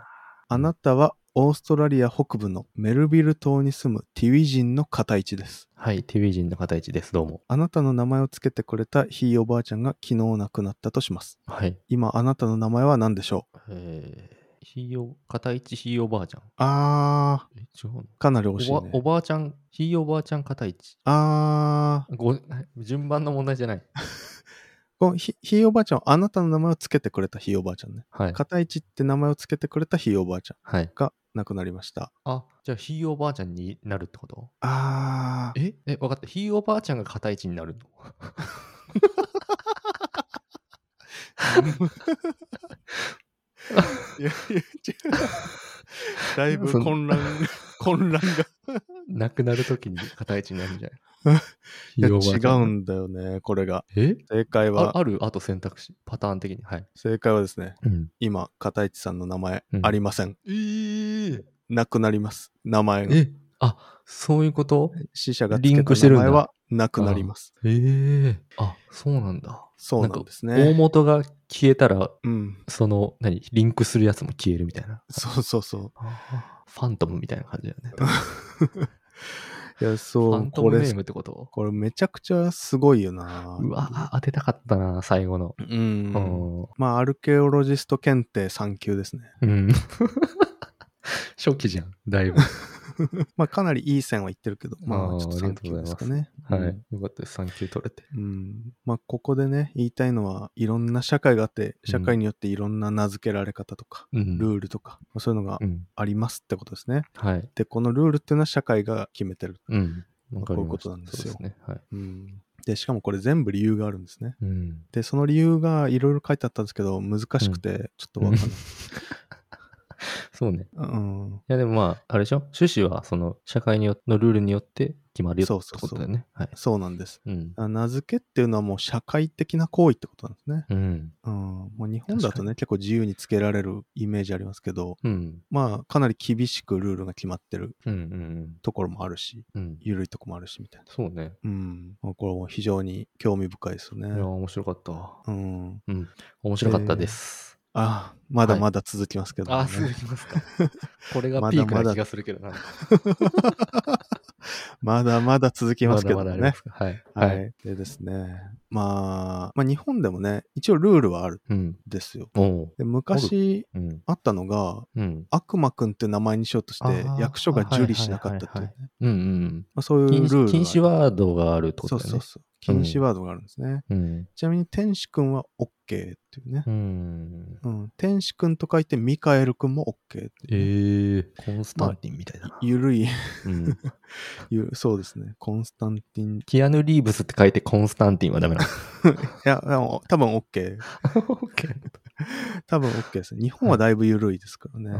Speaker 1: あなたはオーストラリア北部のメルビル島に住むティウィ人の片一です。
Speaker 2: はい、ティビ人の方一です。どうも。
Speaker 1: あなたの名前をつけてくれたひいおばあちゃんが昨日亡くなったとします。
Speaker 2: はい。
Speaker 1: 今あなたの名前は何でしょう
Speaker 2: えー、ひいお、片一ひいおばあちゃん。
Speaker 1: あ
Speaker 2: え、違うの
Speaker 1: ー、かなり惜しい、
Speaker 2: おばお
Speaker 1: ね。
Speaker 2: ばあちゃん、ひいおばあちゃん片一。
Speaker 1: あー
Speaker 2: ご順番の問題じゃない。
Speaker 1: このひ、ひいおばあちゃんはあなたの名前をつけてくれたひいおばあちゃんね。
Speaker 2: はい。
Speaker 1: 片一って名前をつけてくれたひいおばあちゃん
Speaker 2: はい。
Speaker 1: が亡くなりました。
Speaker 2: あ、じゃあひいおばあちゃんになるってこと
Speaker 1: あ <laughs> ー、
Speaker 2: ええ、分かった。ひいおばあちゃんが片一になるの。
Speaker 1: いやいや、違う。だいぶ混乱、混乱が。
Speaker 2: 亡 <laughs> くなるときに片一になるんじゃない
Speaker 1: <laughs>
Speaker 2: <laughs>
Speaker 1: いや、違う
Speaker 2: だ。
Speaker 1: んだよね、これが。
Speaker 2: え
Speaker 1: 正解
Speaker 2: あ
Speaker 1: は、
Speaker 2: あるあと選択肢、パターン的に。はい。
Speaker 1: 正解はですね、
Speaker 2: うん、
Speaker 1: 今、片市さんの名前
Speaker 2: うん
Speaker 1: ありません。
Speaker 2: えー、
Speaker 1: なくなります。名前が。
Speaker 2: え、あそういうこと
Speaker 1: 死者がつ
Speaker 2: リ
Speaker 1: け
Speaker 2: ンクして
Speaker 1: た
Speaker 2: る
Speaker 1: 名
Speaker 2: んだ
Speaker 1: 前はなくなります。
Speaker 2: えー、あそうなんだ。
Speaker 1: そうなんですね。
Speaker 2: 大元が消えたら、
Speaker 1: うん。
Speaker 2: その、何、リンクするやつも消えるみたいな。
Speaker 1: そうそうそ
Speaker 2: ファントムみたいな感じだよね。
Speaker 1: う。いや、
Speaker 2: ファ
Speaker 1: そ
Speaker 2: ン
Speaker 1: う、
Speaker 2: ト
Speaker 1: こ
Speaker 2: ムネ
Speaker 1: れ
Speaker 2: ー、ムってこと
Speaker 1: これめちゃくちゃすごいよな。
Speaker 2: うわ、当てたかったな、最後の。
Speaker 1: う。
Speaker 2: うんん。
Speaker 1: まあ、アルケオロジスト検定3級ですね。
Speaker 2: うん。 <laughs> 初期じゃん、だいぶ。
Speaker 1: まあ、かなりいい線はいってるけど、ま
Speaker 2: あ
Speaker 1: あ、
Speaker 2: ー
Speaker 1: ちょっと3
Speaker 2: ありがとう
Speaker 1: 級
Speaker 2: ござ
Speaker 1: で
Speaker 2: います
Speaker 1: すかね。
Speaker 2: は
Speaker 1: うん
Speaker 2: い。よかったです。3級取れて。
Speaker 1: うん、まあここでね言いたいのはいろんな社会があって社会によっていろんな名付けられ方とか、
Speaker 2: うん
Speaker 1: ルールとかまあそういうのが
Speaker 2: うん。
Speaker 1: ありますってことですね。
Speaker 2: はい。
Speaker 1: でこのルールっていうのは社会が決めてる。
Speaker 2: うん。わ
Speaker 1: こういうことなんですよ
Speaker 2: そうですね。はい。
Speaker 1: うん、でしかもこれ全部理由があるんですね。
Speaker 2: うん。
Speaker 1: でその理由がいろいろ書いてあったんですけど難しくてちょっとわかんない。
Speaker 2: そうね。
Speaker 1: うん
Speaker 2: いやでもまあ、あれでしょ趣旨は、その、社会によのルールによって決まるよ
Speaker 1: そうそうそう
Speaker 2: ってことだよね。はい。
Speaker 1: そうなんです。
Speaker 2: うん。
Speaker 1: あ名付けっていうのはもう社会的な行為ってことなんですね。
Speaker 2: うん。
Speaker 1: うん。もう日本だ
Speaker 2: 確か
Speaker 1: とね、結構自由につけられるイメージありますけど、
Speaker 2: うん。
Speaker 1: まあ、かなり厳しくルールが決まってる
Speaker 2: うん。うん。
Speaker 1: ところもあるし、
Speaker 2: うん。
Speaker 1: 緩いとこもあるしみたいな。
Speaker 2: そうね。
Speaker 1: うん。まあこれも非常に興味深いですよ
Speaker 2: いやー、
Speaker 1: ね。
Speaker 2: 面白かった。
Speaker 1: うん。
Speaker 2: うん。面白かったです。
Speaker 1: ああ、まだまだ続きますけどもね、
Speaker 2: あ、続きますか。これが
Speaker 1: まだ
Speaker 2: ピーク
Speaker 1: ま
Speaker 2: な
Speaker 1: だ
Speaker 2: 気がするけどな。
Speaker 1: まだまだ続きますけど
Speaker 2: まだまだ
Speaker 1: ね。
Speaker 2: ありますか。はい。
Speaker 1: は。い。でですね。まあ、まあ、日本でもね、一応ルールはある
Speaker 2: うん。
Speaker 1: んですよ。
Speaker 2: おう。
Speaker 1: で昔
Speaker 2: うん。
Speaker 1: あったのが、
Speaker 2: うん。
Speaker 1: 悪魔くんって名前にしようとして
Speaker 2: あ、ー
Speaker 1: 役所が受理しなかったっていう
Speaker 2: はいはいは
Speaker 1: ね
Speaker 2: い。うんうん。
Speaker 1: まあそういううん
Speaker 2: 禁
Speaker 1: ルールがある。
Speaker 2: 止禁止ワードがあるってこ
Speaker 1: そ
Speaker 2: と
Speaker 1: う
Speaker 2: だよね。
Speaker 1: そうそう。禁止ワードがあるんですね。
Speaker 2: うん。
Speaker 1: ちなみに、天使くんは OK っていうね
Speaker 2: う。ん。
Speaker 1: うん。天使くんと書いて、ミカエルくんも OK っていう
Speaker 2: え
Speaker 1: ね、
Speaker 2: ー、コンスタンティンみたいだな。
Speaker 1: ゆるい、
Speaker 2: うん。
Speaker 1: ゆるそうですね。コンスタンティン。い
Speaker 2: キアヌ・リーブスって書いてコンスタンティンはダメなの。
Speaker 1: や、でも多分 OK。多分 OK ですね。日本はだいぶゆるいですからね。
Speaker 2: ああ、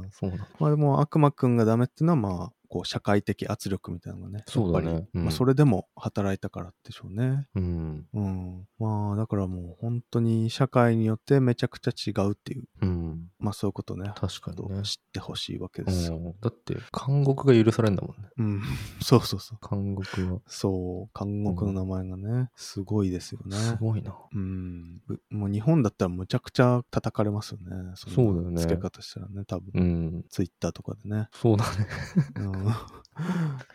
Speaker 1: うん。
Speaker 2: そうなんだ。
Speaker 1: まあでも悪魔くんがダメっていうのはまあこう社会的圧力みたいなのがね
Speaker 2: そうだね
Speaker 1: やっぱり
Speaker 2: うん
Speaker 1: まあ、それでも働いたからでしょうね。
Speaker 2: うん。
Speaker 1: うん、まあだからもう本当に社会によってめちゃくちゃ違うっていう
Speaker 2: うん。
Speaker 1: まあそういうことね
Speaker 2: 確
Speaker 1: ちょ
Speaker 2: かに
Speaker 1: っと
Speaker 2: ね。
Speaker 1: 知ってほしいわけ
Speaker 2: う
Speaker 1: ですよ。
Speaker 2: ん、だって、監獄が許されるんだもんね。
Speaker 1: うん、 <laughs> そうそうそう。
Speaker 2: 監獄は。
Speaker 1: そう、監獄の名前がね、すごいですよね。
Speaker 2: すごいな。
Speaker 1: うん、うもう日本だったらむちゃくちゃ叩かれますよね。そ
Speaker 2: そうだよ
Speaker 1: ん
Speaker 2: ね
Speaker 1: な付け方したらね、多分、
Speaker 2: うん。
Speaker 1: ツイッターとかでね。
Speaker 2: そうだね。
Speaker 1: うん <laughs>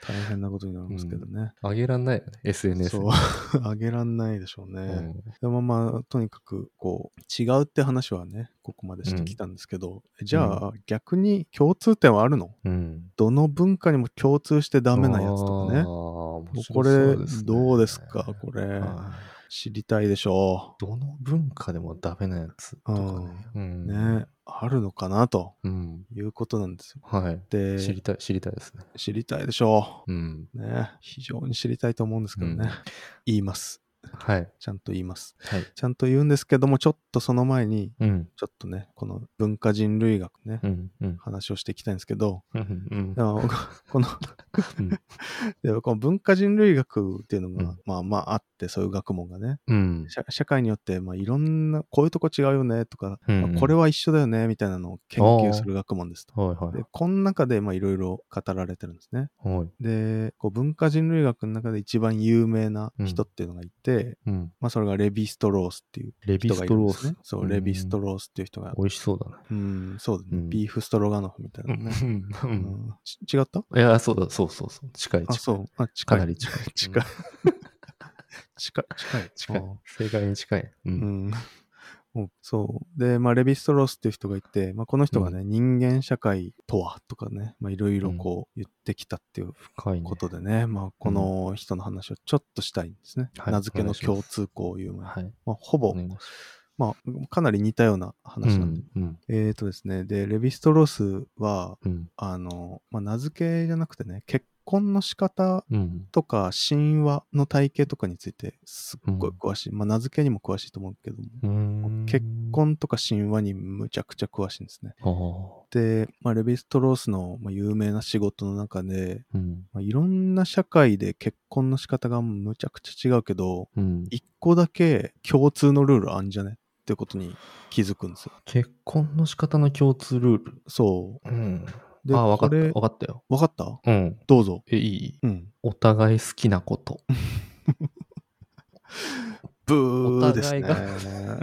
Speaker 1: 大変なことになりますけどね。
Speaker 2: あげらんないよね。SNS。
Speaker 1: そう、 <laughs> あげらんないでしょうね。
Speaker 2: うん。
Speaker 1: でもまあ、とにかく、こう、違うって話はね、ここまでしてきたんですけど、じゃあ、逆に共通点はあるの
Speaker 2: うん。
Speaker 1: どの文化にも共通してダメなやつとかね。もうこれ、どうですかこれ、
Speaker 2: はい
Speaker 1: 知りたいでしょ
Speaker 2: どの文化でもダメなやつとかね。うん
Speaker 1: う。ね、あるのかなと
Speaker 2: うん。
Speaker 1: いうことなんですよ。
Speaker 2: はい。
Speaker 1: で、
Speaker 2: 知りたい、知りたいですね。
Speaker 1: 知りたいでしょ
Speaker 2: うん。
Speaker 1: う。ね、非常に知りたいと思うんですけどね。
Speaker 2: うん
Speaker 1: 言います。
Speaker 2: はい。
Speaker 1: ちゃんと言います。
Speaker 2: はい。
Speaker 1: ちゃんと言うんですけども、ちょっとその前に、
Speaker 2: うん。
Speaker 1: ちょっとね、この文化人類学ね、
Speaker 2: うん。うん。
Speaker 1: 話をしていきたいんですけど、
Speaker 2: うん。うん
Speaker 1: でも僕この
Speaker 2: うん
Speaker 1: <laughs> でこの文化人類学っていうのが、
Speaker 2: うん
Speaker 1: まあまああって、そういう学問がね、
Speaker 2: うん。
Speaker 1: 社社会によって、まあいろんな、こういうとこ違うよねとか、
Speaker 2: うんうん
Speaker 1: まあこれは一緒だよねみたいなのを研究する学問ですと。
Speaker 2: はいは
Speaker 1: で、この中で、まあいろいろ語られてるんですね。
Speaker 2: い。はい。
Speaker 1: で、こう文化人類学の中で一番有名な人っていうのがいて、
Speaker 2: うん。
Speaker 1: まあそれがレヴィ・ストロースっていう
Speaker 2: レビ
Speaker 1: 人が
Speaker 2: ス
Speaker 1: い
Speaker 2: ト
Speaker 1: る
Speaker 2: ロ
Speaker 1: ん
Speaker 2: ー
Speaker 1: です
Speaker 2: ス
Speaker 1: ね。。そう、レヴィ・スト
Speaker 2: ロ
Speaker 1: ロースっていう人が
Speaker 2: 美味しそうだ
Speaker 1: うん、そうだね、
Speaker 2: うん
Speaker 1: ビーフストロガノフみたいなね。
Speaker 2: ね。う。
Speaker 1: うんち違った
Speaker 2: いや、そうだ、そうそうそう。近い近い。
Speaker 1: あ、そう。あ、近
Speaker 2: か
Speaker 1: い。
Speaker 2: なり近
Speaker 1: <laughs>
Speaker 2: い。
Speaker 1: 近い。近い。近い。
Speaker 2: 近い
Speaker 1: あー。
Speaker 2: 正解に近い。う。
Speaker 1: うんん。 <laughs> おそう。で、まあ、レヴィストロースっていう人がいて、まあ、この人がね、人間社会とはとかね、まあ、いろいろこう言ってきたっていう
Speaker 2: 深いね。
Speaker 1: ことでね、まあ、この人の話をちょっとしたいんですね。
Speaker 2: はい
Speaker 1: 名付けの
Speaker 2: お願いし
Speaker 1: 共
Speaker 2: ます
Speaker 1: 通項を言う前に。
Speaker 2: はい。
Speaker 1: まあ、ほぼ、
Speaker 2: お願いします
Speaker 1: まあ、かなり似たような話なんで。
Speaker 2: うん。
Speaker 1: えーとですね、で、レヴィストロースは、
Speaker 2: うん。
Speaker 1: あの、まあ、名付けじゃなくてね、結婚の仕方
Speaker 2: うん。
Speaker 1: とか神話の体系とかについてすっごい
Speaker 2: うん
Speaker 1: 詳しい。まあ、名付けにも詳しいと思うけども、
Speaker 2: うん。
Speaker 1: 結婚とか神話にむちゃくちゃ詳しいんですね。
Speaker 2: ああ。
Speaker 1: で、まあ、レヴィストロースのまあ有名な仕事の中で、
Speaker 2: うん。
Speaker 1: まあ、いろんな社会で結婚の仕方がむちゃくちゃ違うけど、
Speaker 2: うん。
Speaker 1: 一個だけ共通のルールあんじゃねってことに気づくんですよ。
Speaker 2: 結婚の仕方の共通ルール。
Speaker 1: そ
Speaker 2: う
Speaker 1: う。
Speaker 2: ん。
Speaker 1: で、
Speaker 2: ああ、わかっ
Speaker 1: これ
Speaker 2: た。わかったよ。
Speaker 1: わかった
Speaker 2: うん。
Speaker 1: どうぞ。
Speaker 2: え、いい
Speaker 1: うん。
Speaker 2: お互い好きなこと。
Speaker 1: ブー
Speaker 2: お
Speaker 1: です
Speaker 2: 互い
Speaker 1: ね
Speaker 2: が。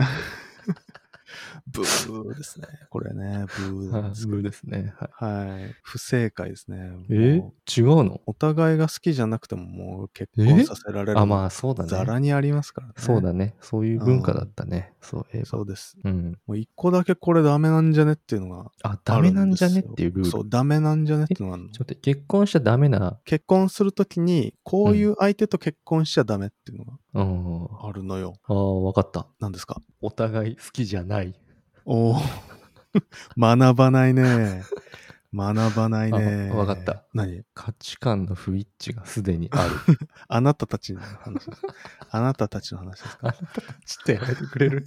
Speaker 1: ブーですね。これね、ブーなんですけど。
Speaker 2: ですね。はい。
Speaker 1: はい。不正解ですね。
Speaker 2: え
Speaker 1: もう
Speaker 2: 違うの
Speaker 1: お互いが好きじゃなくてももう結婚させられる
Speaker 2: あ、
Speaker 1: の
Speaker 2: まあ、そうだね。
Speaker 1: ざらにありますからね。
Speaker 2: そうだね。そういう文化だったね。そういえば。
Speaker 1: そうです。
Speaker 2: うん。
Speaker 1: もう一個だけこれダメなんじゃねっていうのが
Speaker 2: あ、ダ
Speaker 1: あ
Speaker 2: メ
Speaker 1: る
Speaker 2: なん
Speaker 1: です
Speaker 2: じ
Speaker 1: よ。
Speaker 2: ゃねっていうルール。ち
Speaker 1: そ
Speaker 2: ょっ
Speaker 1: う、ダメなんじゃねっていうのがあるの。
Speaker 2: と待って、結婚しちゃダメな、
Speaker 1: 結婚するときに、こういう相手と結婚しちゃダメっていうのが
Speaker 2: うん。あ
Speaker 1: あるのよ。
Speaker 2: あー、わかった。
Speaker 1: 何ですか
Speaker 2: お互い好きじゃない。
Speaker 1: おお学ばないね。学ばないね。
Speaker 2: あわかった。
Speaker 1: 何
Speaker 2: 価値観の不一致がすでにある。
Speaker 1: あなたたちの話です。
Speaker 2: <laughs>
Speaker 1: あなたたちの話ですか <laughs>
Speaker 2: ちょっとやめてくれる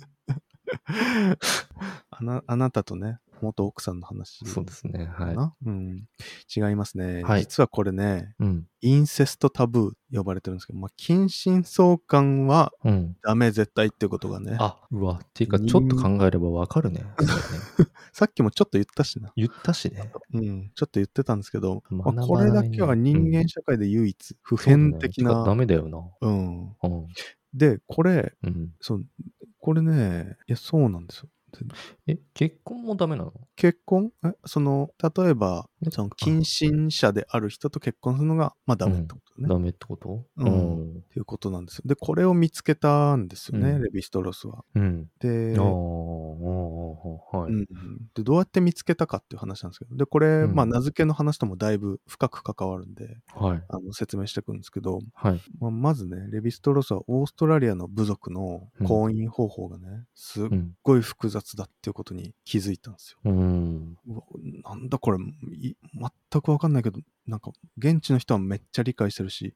Speaker 1: あなあなたとね、元奥さんの話
Speaker 2: そうですね。
Speaker 1: か
Speaker 2: はい。
Speaker 1: な、うん、違いますね、
Speaker 2: はい
Speaker 1: 実はこれね、
Speaker 2: うん。
Speaker 1: インセストタブー呼ばれてるんですけど、まあ、近親相関は
Speaker 2: うん。
Speaker 1: ダメ絶対っていうことがね、
Speaker 2: あ、うわ。っていうか、ちょっと考えればわか
Speaker 1: <laughs>
Speaker 2: るね。そうね
Speaker 1: さっきもちょっと言ったしな。
Speaker 2: 言ったしね。
Speaker 1: うん、ちょっと言ってたんですけど、まあ、
Speaker 2: 学ばないね
Speaker 1: これだけは人間社会で唯一普遍的
Speaker 2: そうだねてかダ
Speaker 1: な。
Speaker 2: メだよな。
Speaker 1: うん、
Speaker 2: うん。
Speaker 1: で、これ、
Speaker 2: うん。
Speaker 1: そう、これね、いや、そうなんですよ。
Speaker 2: え、結婚もダメなの
Speaker 1: 結婚えその、例えば、その、近親者である人と結婚するのが、まあ、ダメってことね。
Speaker 2: ダメってこと
Speaker 1: うん
Speaker 2: うん。
Speaker 1: ということなんですよ。で、これを見つけたんですよね、
Speaker 2: うん
Speaker 1: レヴィストロースは。
Speaker 2: うん。
Speaker 1: で
Speaker 2: あーあー、あー、は
Speaker 1: う
Speaker 2: い。
Speaker 1: ん、でどうやって見つけたかっていう話なんですけど、で、これ、
Speaker 2: うん
Speaker 1: まあ、名付けの話ともだいぶ深く関わるんで、
Speaker 2: はい。
Speaker 1: あの説明していくんですけど、
Speaker 2: はい。
Speaker 1: まあ、まずね、レヴィストロースはオーストラリアの部族の婚姻方法がね、すっ
Speaker 2: うん。
Speaker 1: ごい複雑だっていうことに気づいたんですよ。
Speaker 2: うん。
Speaker 1: うわなんだこれ、い全くわかんないけど、なんか、現地の人はめっちゃ理解してるし、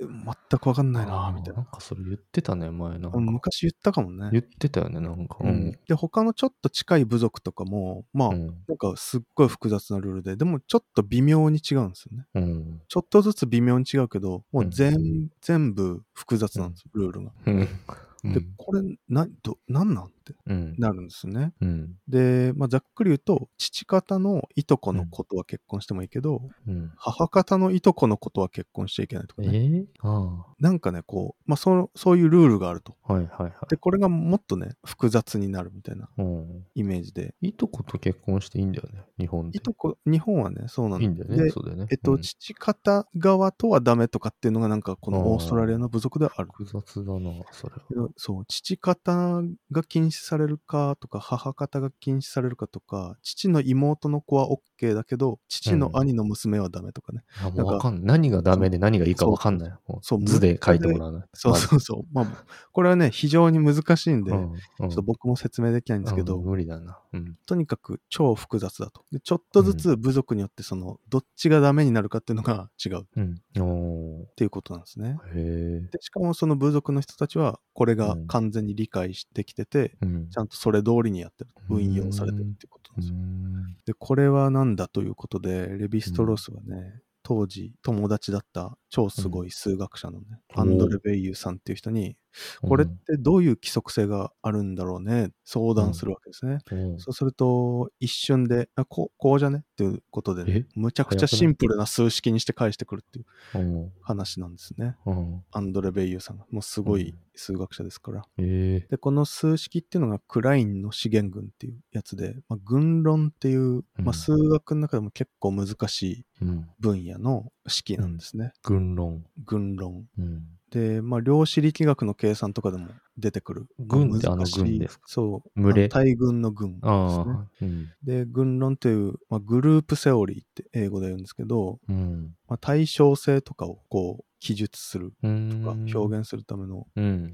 Speaker 1: 全くわかんないな、みたいな。
Speaker 2: なんかそれ言ってたね、前なんか
Speaker 1: うん昔言ったかもね。
Speaker 2: 言ってたよね、なんか。
Speaker 1: う。ん、で他のちょっと近い部族とかもまあ、
Speaker 2: うん。
Speaker 1: なんかすっごい複雑なルールででもちょっと微妙に違うんですよね
Speaker 2: うん。
Speaker 1: ちょっとずつ微妙に違うけどもう全,、
Speaker 2: うん
Speaker 1: 全部複雑なんですよルールが、
Speaker 2: うん。
Speaker 1: <laughs> でこれなどなんなんって
Speaker 2: うん。
Speaker 1: なるんですよね
Speaker 2: うん。
Speaker 1: で、まあ、ざっくり言うと父方のいとこの子とは結婚してもいいけど、
Speaker 2: うん。
Speaker 1: 母方のいとこの子とは結婚しちゃいけないとか
Speaker 2: え
Speaker 1: ね
Speaker 2: ーあ
Speaker 1: なんかねこう、まあ、そのそういうルールがあると
Speaker 2: あ。はいはいはい
Speaker 1: で。これがもっとね複雑になるみたいな
Speaker 2: うん。
Speaker 1: イメージで
Speaker 2: いとこと結婚していいんだよね、日本で
Speaker 1: い。とこ、日本はね、そうなん
Speaker 2: いいんだよね、
Speaker 1: で
Speaker 2: そうだよね。
Speaker 1: えっと、
Speaker 2: うん
Speaker 1: 父方側とはダメとかっていうのが、なんかこのオーストラリアの部族ではある。
Speaker 2: 複雑だな、それは。
Speaker 1: けどそう、父方が禁止されるかとか、母方が禁止されるかとか、父の妹の子は OK だけど、父の兄の娘はダメとかね。
Speaker 2: あもう
Speaker 1: なんか
Speaker 2: わかんない。何がダメで何がいいかわかんない。も
Speaker 1: そう
Speaker 2: う図で書いてもらわない。
Speaker 1: そうそうそう。まあ、これはね、非常に難しいんで、
Speaker 2: うんうん
Speaker 1: ちょっと僕も説明できないんですけど、
Speaker 2: うん無理だな。うん。
Speaker 1: とにかく超複雑だと。でちょっとずつ部族によって、その、どっちがダメになるかっていうのが違うっ
Speaker 2: うん。お
Speaker 1: ていうことなんですね。
Speaker 2: ー。へえ。
Speaker 1: でしかもその部族の人たちはこれが
Speaker 2: うん
Speaker 1: 完全に理解してきてて、
Speaker 2: うん
Speaker 1: ち。ゃんとそれ通りにやってる運用されてるっていうことなん
Speaker 2: う
Speaker 1: ですよ。
Speaker 2: ん
Speaker 1: でこれはなんだということでレヴィストロースはね当時友達だった超すごい数学者のね、
Speaker 2: うん
Speaker 1: アンドレ・ベイユさんっていう人に、これってどういう規則性があるんだろうね相談するわけですね。
Speaker 2: うん
Speaker 1: そうすると一瞬であこうこうじゃねっていうことで、ね
Speaker 2: え、
Speaker 1: むちゃくちゃシンプルな数式にして返してくるっていう
Speaker 2: うん
Speaker 1: 話なんですね。
Speaker 2: うん
Speaker 1: アンドレ・ベイユさんがもうすご
Speaker 2: う
Speaker 1: い
Speaker 2: ん
Speaker 1: 数学者ですから。
Speaker 2: え
Speaker 1: で、この数式っていうのがクラインの資源群っていうやつで、まあ、群論っていう、ま
Speaker 2: う
Speaker 1: あ、
Speaker 2: ん
Speaker 1: 数学の中でも結構難しい
Speaker 2: え。うん。
Speaker 1: 分野の式なんですね。
Speaker 2: 軍論。
Speaker 1: 群論。
Speaker 2: うん。
Speaker 1: で、まあ、量子力学の計算とかでも出てくる。
Speaker 2: 群って
Speaker 1: ま難しい
Speaker 2: あの群ですか
Speaker 1: そう。
Speaker 2: 群れ
Speaker 1: あの大群の群ですね。
Speaker 2: ああ。うん。
Speaker 1: で、群論という、まあ、グループセオリーって英語で言うんですけど、
Speaker 2: うん。
Speaker 1: まあ、対称性とかをこう記述する
Speaker 2: うん
Speaker 1: とか表現するための、
Speaker 2: うん。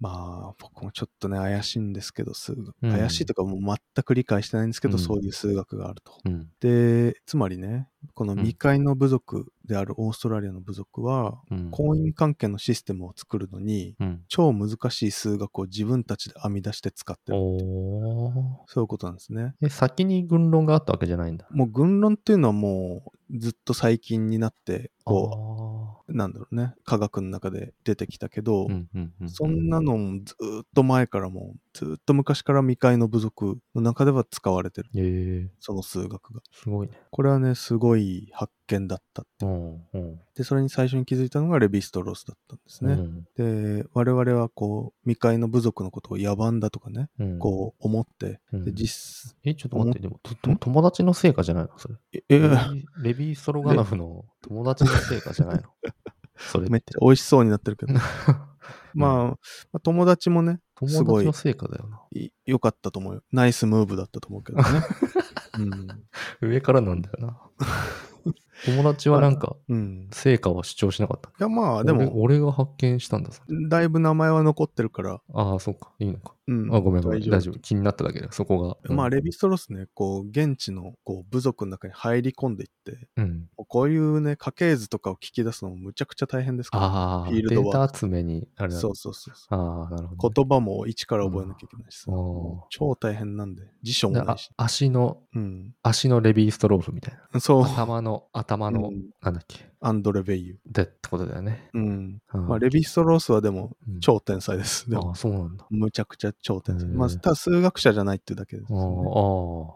Speaker 1: まあ僕もちょっとね怪しいんですけど数学、
Speaker 2: うん
Speaker 1: 怪しいとかもう全く理解してないんですけど、
Speaker 2: うん
Speaker 1: そういう数学があると。
Speaker 2: うん。
Speaker 1: でつまりねこの
Speaker 2: うん
Speaker 1: 未開の部族であるオーストラリアの部族は、
Speaker 2: うん。
Speaker 1: 婚姻関係のシステムを作るのに
Speaker 2: うん。
Speaker 1: 超難しい数学を自分たちで編み出して使ってる
Speaker 2: おー。
Speaker 1: そういうことなんですね。
Speaker 2: え、先に軍論があったわけじゃないんだ。
Speaker 1: もう軍論っていうのはもうずっと最近になってこ
Speaker 2: あ
Speaker 1: うなんだろうね科学の中で出てきたけど、
Speaker 2: ーうんうんうん。
Speaker 1: そんなのもずーっと前からもうずーっと昔から未開の部族の中では使われてる
Speaker 2: ええ。
Speaker 1: その数学が
Speaker 2: すごいね。
Speaker 1: これはねすごい発見だったって
Speaker 2: うん。うん。
Speaker 1: でそれに最初に気づいたのがレヴィストロースだったんですね、で我々はこう未開の部族のことを野蛮だとかね
Speaker 2: うん。
Speaker 1: こう思って
Speaker 2: うん
Speaker 1: で実
Speaker 2: え、ちょっと待って、でも、と
Speaker 1: ん
Speaker 2: と友達の成果じゃないのそれ。
Speaker 1: ええ
Speaker 2: レビレビー・ストロガノフの友達の成果じゃないのそ
Speaker 1: <laughs>
Speaker 2: れ
Speaker 1: め
Speaker 2: っ
Speaker 1: ってちゃ。美味しそうになってるけど、まあ、まあ友達もねす
Speaker 2: <laughs> 友
Speaker 1: ご
Speaker 2: 達
Speaker 1: い
Speaker 2: の成果だよな。
Speaker 1: い良かったと
Speaker 2: <laughs>
Speaker 1: 思うよナイスムーブだったと思うけどね、うん、 <laughs>
Speaker 2: 上からなんだよな。友達はなんか、
Speaker 1: うん。
Speaker 2: 成果は主張しなかった。
Speaker 1: いや、まあ、でも、
Speaker 2: 俺、俺が発見したんだ。それ
Speaker 1: だいぶ名前は残ってるから、
Speaker 2: ああ、そっか。いいのか。
Speaker 1: うん。
Speaker 2: あ、ごめんごめん。
Speaker 1: 大丈夫
Speaker 2: 大丈夫。気になっただけだよ、そこが。
Speaker 1: まあ、
Speaker 2: うん
Speaker 1: レヴィストロースね、こう、現地のこう部族の中に入り込んでいって、
Speaker 2: うん。
Speaker 1: こういうね、家系図とかを聞き出すのもむちゃくちゃ大変ですか
Speaker 2: ああ、
Speaker 1: フィ
Speaker 2: デ
Speaker 1: ールド
Speaker 2: ー
Speaker 1: は
Speaker 2: タ集めに、あ
Speaker 1: ら。
Speaker 2: れだ。
Speaker 1: そうそうそうそ
Speaker 2: ああ、なるほどね、
Speaker 1: う。言葉も一から覚えなきゃいけないしさ、
Speaker 2: うん
Speaker 1: もう超大変なんで、辞書も
Speaker 2: で
Speaker 1: な
Speaker 2: あ
Speaker 1: いし。
Speaker 2: 足の、
Speaker 1: うん。
Speaker 2: 足のレビーストローフみ
Speaker 1: <laughs>
Speaker 2: たいな。
Speaker 1: そう。
Speaker 2: 頭の、頭の、
Speaker 1: うん
Speaker 2: なんだっけ。
Speaker 1: アンドレ・ベイユ。
Speaker 2: でってことだよね。
Speaker 1: うん。
Speaker 2: うん
Speaker 1: まあ、レヴィストロースはでも、
Speaker 2: うん
Speaker 1: 超天才です。で
Speaker 2: あ
Speaker 1: も、
Speaker 2: あ、そうなんだ。
Speaker 1: むちゃくちゃ超天才。
Speaker 2: へー
Speaker 1: まあ、ただ数学者じゃないっていうだけです
Speaker 2: あ
Speaker 1: ね、
Speaker 2: あ、
Speaker 1: うん。も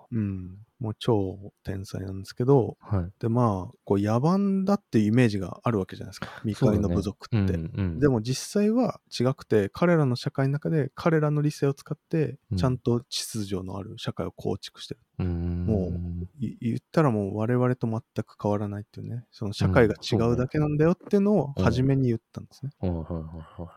Speaker 1: う超天才なんですけど、
Speaker 2: ああはい。
Speaker 1: でまあ、こう野蛮だっていうイメージがあるわけじゃないですか。未開の部族って。
Speaker 2: うんうん、
Speaker 1: でも実際は違くて、彼らの社会の中で彼らの理性を使って
Speaker 2: う、ん
Speaker 1: ちゃんと秩序のある社会を構築してる。
Speaker 2: うーん、
Speaker 1: もい言ったらもう我々と全く変わらないっていうね、その社会が違うだけなんだよっていうのを
Speaker 2: うん
Speaker 1: 初めに言ったんですね。
Speaker 2: はいはいはいは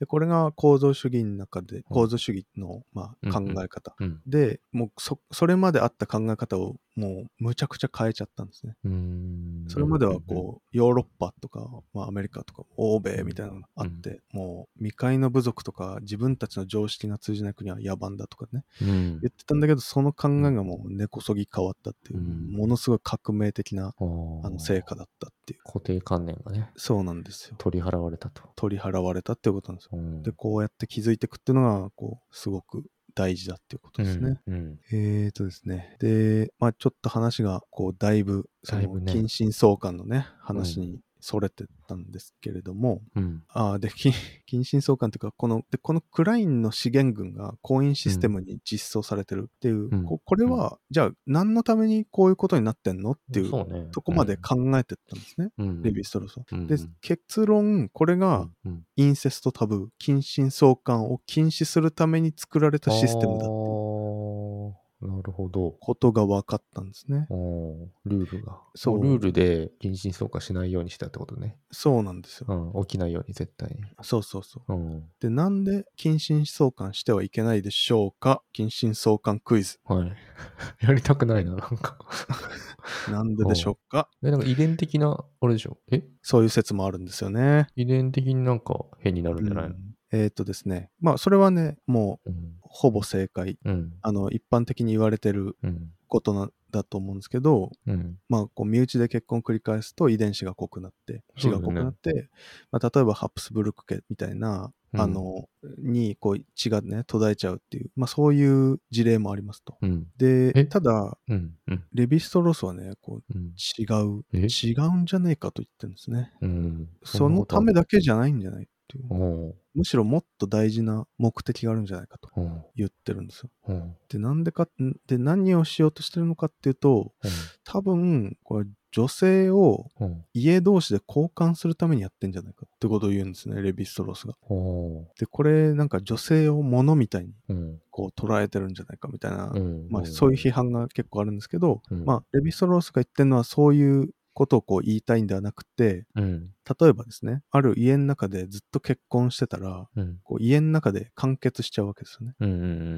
Speaker 1: で、これが構造主義の中で、構造主義のまあ考え方。
Speaker 2: い。うん
Speaker 1: で、もうそそれまであった考え方をもうむちゃくちゃ変えちゃったんですね。
Speaker 2: うーん。
Speaker 1: それまではこう、ヨーロッパとか、まあ、アメリカとか、欧米みたいなのがあって、もう未開の部族とか、自分たちの常識が通じない国は野蛮だとかね、
Speaker 2: うん、うん
Speaker 1: 言ってたんだけど、その考えがもう根こそぎ変わったっていう、
Speaker 2: うん
Speaker 1: ものすごい革命的なあの成
Speaker 2: あ
Speaker 1: 果だったっていう。
Speaker 2: あ固定観念がね、
Speaker 1: そうなんですよ。
Speaker 2: 取り払われたと。
Speaker 1: 取り払われたっていうことなんですよ。
Speaker 2: うん
Speaker 1: で、こうやって気づいていくっていうのが、こう、すごく大事だっていうことですね。
Speaker 2: うんうん
Speaker 1: えーとですね。で、まあちょっと話が、こう、だいぶ、そ
Speaker 2: だいぶ
Speaker 1: の、
Speaker 2: ね
Speaker 1: 近親相関のね、話にそれてったんですけれども、
Speaker 2: うん
Speaker 1: ああ、で、近 <laughs> 近親相関というか、この、で、このクラインの資源群が婚姻システムに実装されてるっていう、
Speaker 2: うん
Speaker 1: ここれは、じゃあ、何のためにこういうことになってんのっていう、
Speaker 2: そうね
Speaker 1: とこまで考えてったんですね、
Speaker 2: うん
Speaker 1: レヴィストロースは。
Speaker 2: うん
Speaker 1: で、結論、これ
Speaker 2: う
Speaker 1: が
Speaker 2: んうん
Speaker 1: インセストタブー、近親相関を禁止するために作られたシステムだって
Speaker 2: あ
Speaker 1: いう
Speaker 2: ーなるほど。
Speaker 1: ことが分かったんですね。
Speaker 2: おールールが。
Speaker 1: そう
Speaker 2: ルールで近親相関しないようにしたってことね。
Speaker 1: そうなんですよ。
Speaker 2: うん、起きないように絶対に。
Speaker 1: そうそうそう。
Speaker 2: うん。
Speaker 1: で、なんで近親相関してはいけないでしょうか近親相関クイズ。
Speaker 2: はい。 <laughs> やりたくないな、なんか。 <laughs>
Speaker 1: なんででしょうか
Speaker 2: え、なんか遺伝的な、あれでしょえ
Speaker 1: そういう説もあるんですよね。
Speaker 2: 遺伝的になんか変になるんじゃないうの
Speaker 1: んえっ、とですね。まあ、それはね、もう
Speaker 2: うん。
Speaker 1: ほぼ正解。
Speaker 2: うん。
Speaker 1: あの、一般的に言われてる
Speaker 2: うん。
Speaker 1: ことなだと思うんですけど、
Speaker 2: うん。
Speaker 1: まあ、こう身内で結婚を繰り返すと遺伝子が濃くなって
Speaker 2: そ
Speaker 1: 血
Speaker 2: うだ
Speaker 1: が
Speaker 2: よね
Speaker 1: 濃くなって、まあ、例えばハプスブルク家みたいな、
Speaker 2: うん
Speaker 1: あのにこう血がね途絶えちゃうっていう、まあ、そういう事例もありますと。
Speaker 2: うん。
Speaker 1: で
Speaker 2: え
Speaker 1: ただ
Speaker 2: うん。うん。
Speaker 1: レヴィストロースはねこう
Speaker 2: うん。
Speaker 1: 違う
Speaker 2: え
Speaker 1: 違うんじゃねえかと言ってるんですね。
Speaker 2: うん。
Speaker 1: そのため
Speaker 2: だ。
Speaker 1: だけじゃないんじゃないっていう
Speaker 2: おー
Speaker 1: むしろもっと大事な目的があるんじゃないかと
Speaker 2: おー
Speaker 1: 言ってるんですよ。
Speaker 2: おーおー
Speaker 1: でなんでかっで何をしようとしてるのかっていうと多分これ女性を
Speaker 2: おー
Speaker 1: 家同士で交換するためにやってんじゃないかってことを言うんですね、レヴィストロースが。
Speaker 2: おー
Speaker 1: で、これなんか女性を物みたいに
Speaker 2: うん。
Speaker 1: こう捉えてるんじゃないかみたいな、
Speaker 2: うん。
Speaker 1: まあそういう批判が結構あるんですけど、
Speaker 2: うん
Speaker 1: まあレヴィストロースが言ってるのはそういうことをこう言いたいんではなくて、
Speaker 2: うん。
Speaker 1: 例えばですね、ある家の中でずっと結婚してたら、
Speaker 2: うん。
Speaker 1: こう家の中で完結しちゃうわけですよね。
Speaker 2: うん。う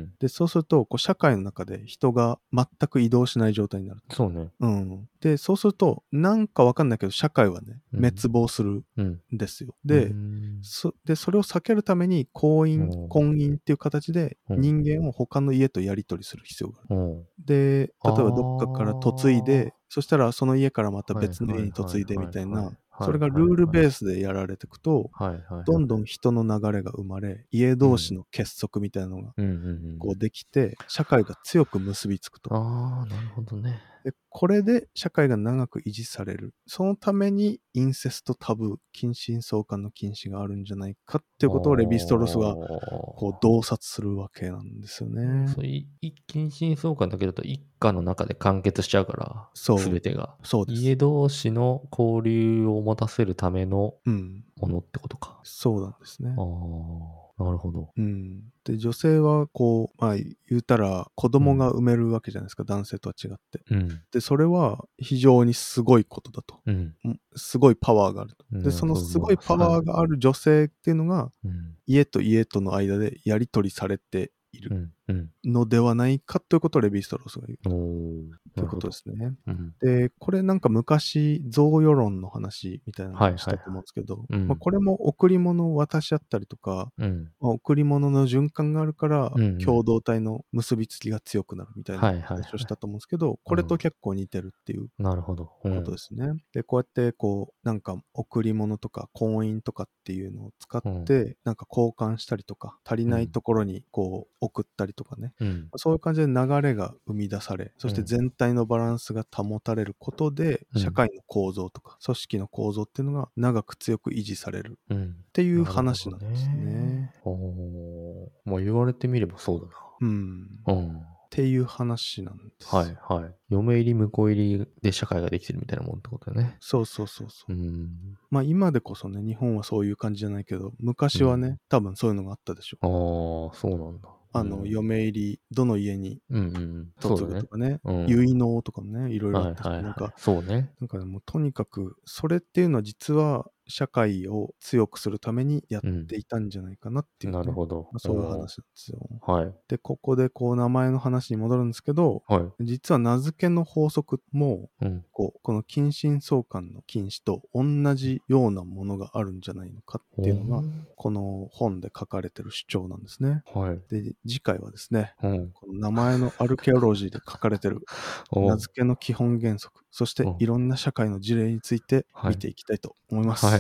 Speaker 2: ん。
Speaker 1: で、そうすると、こう社会の中で人が全く移動しない状態になる。
Speaker 2: そうね。
Speaker 1: うん。で、そうすると、なんかわかんないけど、社会はね、
Speaker 2: うん
Speaker 1: 滅亡する
Speaker 2: うん。
Speaker 1: ですよ。で、
Speaker 2: うん
Speaker 1: そでそれを避けるために婚
Speaker 2: お
Speaker 1: 姻、
Speaker 2: う
Speaker 1: 婚姻っていう形で
Speaker 2: うん
Speaker 1: 人間を他の家とやり取りする必要がある。
Speaker 2: おー
Speaker 1: で、例えばどっかから嫁い
Speaker 2: あー
Speaker 1: で、そしたらその家からまた別の家に嫁いでみたいな、それがルールベースでやられていくと、
Speaker 2: はいはいはい。
Speaker 1: どんどん人の流れが生まれ、家同士の結束みたいなのが
Speaker 2: うんうんうん。
Speaker 1: こうできて、社会が強く結びつくと。
Speaker 2: ああ、なるほどね。
Speaker 1: でこれで社会が長く維持される。そのためにインセストタブー、近親相関の禁止があるんじゃないかっていうことをレヴィストロースがこ
Speaker 2: こ
Speaker 1: う洞察するわけなんですよね。
Speaker 2: そうい一近親相関だけだと一家の中で完結しちゃうから、
Speaker 1: そう
Speaker 2: すべてが。
Speaker 1: そうです。
Speaker 2: 家同士の交流を持たせるための
Speaker 1: うん。
Speaker 2: ものってことか。
Speaker 1: そうなんですね
Speaker 2: あ。あ、なるほど。
Speaker 1: うん、で女性はこう、まあ、言うたら子供が産めるわけじゃないですか、男性とは違って
Speaker 2: うん、
Speaker 1: でそれは非常にすごいことだと
Speaker 2: うん。
Speaker 1: うんすごいパワーがあると
Speaker 2: う
Speaker 1: で
Speaker 2: ん
Speaker 1: そのすごいパワーがある女性っていうのが
Speaker 2: うん、
Speaker 1: 家と家との間でやり取りされている
Speaker 2: うん、うん。
Speaker 1: のではないかということをレヴィ・ストロースが言う
Speaker 2: おー。
Speaker 1: ということですすね。
Speaker 2: うん。
Speaker 1: で、これなんか昔、贈与論の話みたいな
Speaker 2: はいはい
Speaker 1: のをしたと思うんですけど、
Speaker 2: うん
Speaker 1: まあ、これも贈り物を渡し合ったりとか、
Speaker 2: うん。
Speaker 1: まあ贈り物の循環があるから
Speaker 2: うんうん、
Speaker 1: 共同体の結びつきが強くなるみたいな
Speaker 2: はいはいはい
Speaker 1: 話をしたと思うんですけど、これと結構似てるっていう
Speaker 2: なるほど。う
Speaker 1: こ
Speaker 2: ん
Speaker 1: とですね。で、こうやって、こう、なんか贈り物とか婚姻とかっていうのを使って、なんか交換したりとか、足りないところにこう送ったりとかね、
Speaker 2: うん。
Speaker 1: そういう感じで流れが生み出され、そして全体のバランスが保たれることで、
Speaker 2: うん
Speaker 1: 社会の構造とか組織の構造っていうのが長く強く維持される
Speaker 2: うん
Speaker 1: っ。ていう話なんですね。
Speaker 2: なるほどねおお。まあ言われてみればそうだ
Speaker 1: うん。っ
Speaker 2: な。うん。
Speaker 1: ていう話なんです。
Speaker 2: はい。はい。嫁入り、婿入りで社会ができてるみたいなもんってことだよね。
Speaker 1: そうそうそうそう。
Speaker 2: うん。
Speaker 1: まあ今でこそね、日本はそういう感じじゃないけど、昔はね、
Speaker 2: うん
Speaker 1: 多分そういうのがあったでしょう。
Speaker 2: ああ、そうなんだ。
Speaker 1: あの、
Speaker 2: うん
Speaker 1: 嫁入り、どの家に
Speaker 2: うんうん。そ
Speaker 1: 嫁
Speaker 2: う
Speaker 1: ぐ
Speaker 2: だ
Speaker 1: と
Speaker 2: ね。
Speaker 1: かね、
Speaker 2: うん。
Speaker 1: 結納とかもね、いろいろ
Speaker 2: は
Speaker 1: あ
Speaker 2: い
Speaker 1: ったし、
Speaker 2: はい
Speaker 1: なん
Speaker 2: は
Speaker 1: か
Speaker 2: い。そうね。
Speaker 1: なんかねもうとにかくそれっていうのは実は社会を強くするためにやっていたんじゃないかなっていう、ね
Speaker 2: なるほど
Speaker 1: まあ。そういう話なんですよ。
Speaker 2: おー。はい。
Speaker 1: でここでこう名前の話に戻るんですけど
Speaker 2: は
Speaker 1: 実は名付けの法則も
Speaker 2: い。うん。
Speaker 1: こうこの近親相関の禁止と同じようなものがあるんじゃないのかっていうのがこの本で書かれてる主張なんですね。
Speaker 2: おーはい。
Speaker 1: で次回はですね
Speaker 2: うん。
Speaker 1: この名前のアルケオロジーで書かれてる
Speaker 2: <laughs> お
Speaker 1: 名
Speaker 2: ー
Speaker 1: 付けの基本原則、そして
Speaker 2: うん
Speaker 1: いろんな社会の事例について
Speaker 2: はい
Speaker 1: 見ていきたいと思います。
Speaker 2: はい。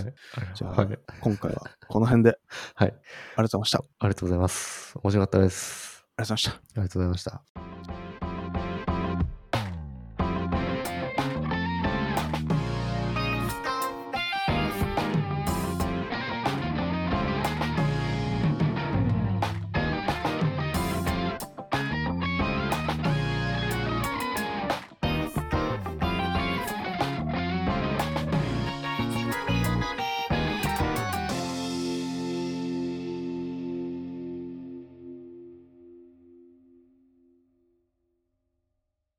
Speaker 1: じゃあ、
Speaker 2: はい。
Speaker 1: 今回はこの辺で
Speaker 2: はい。
Speaker 1: ありがとうございました。あり
Speaker 2: ありがとうございます。面白かったです。
Speaker 1: がとうございました。
Speaker 2: ありがとうございました。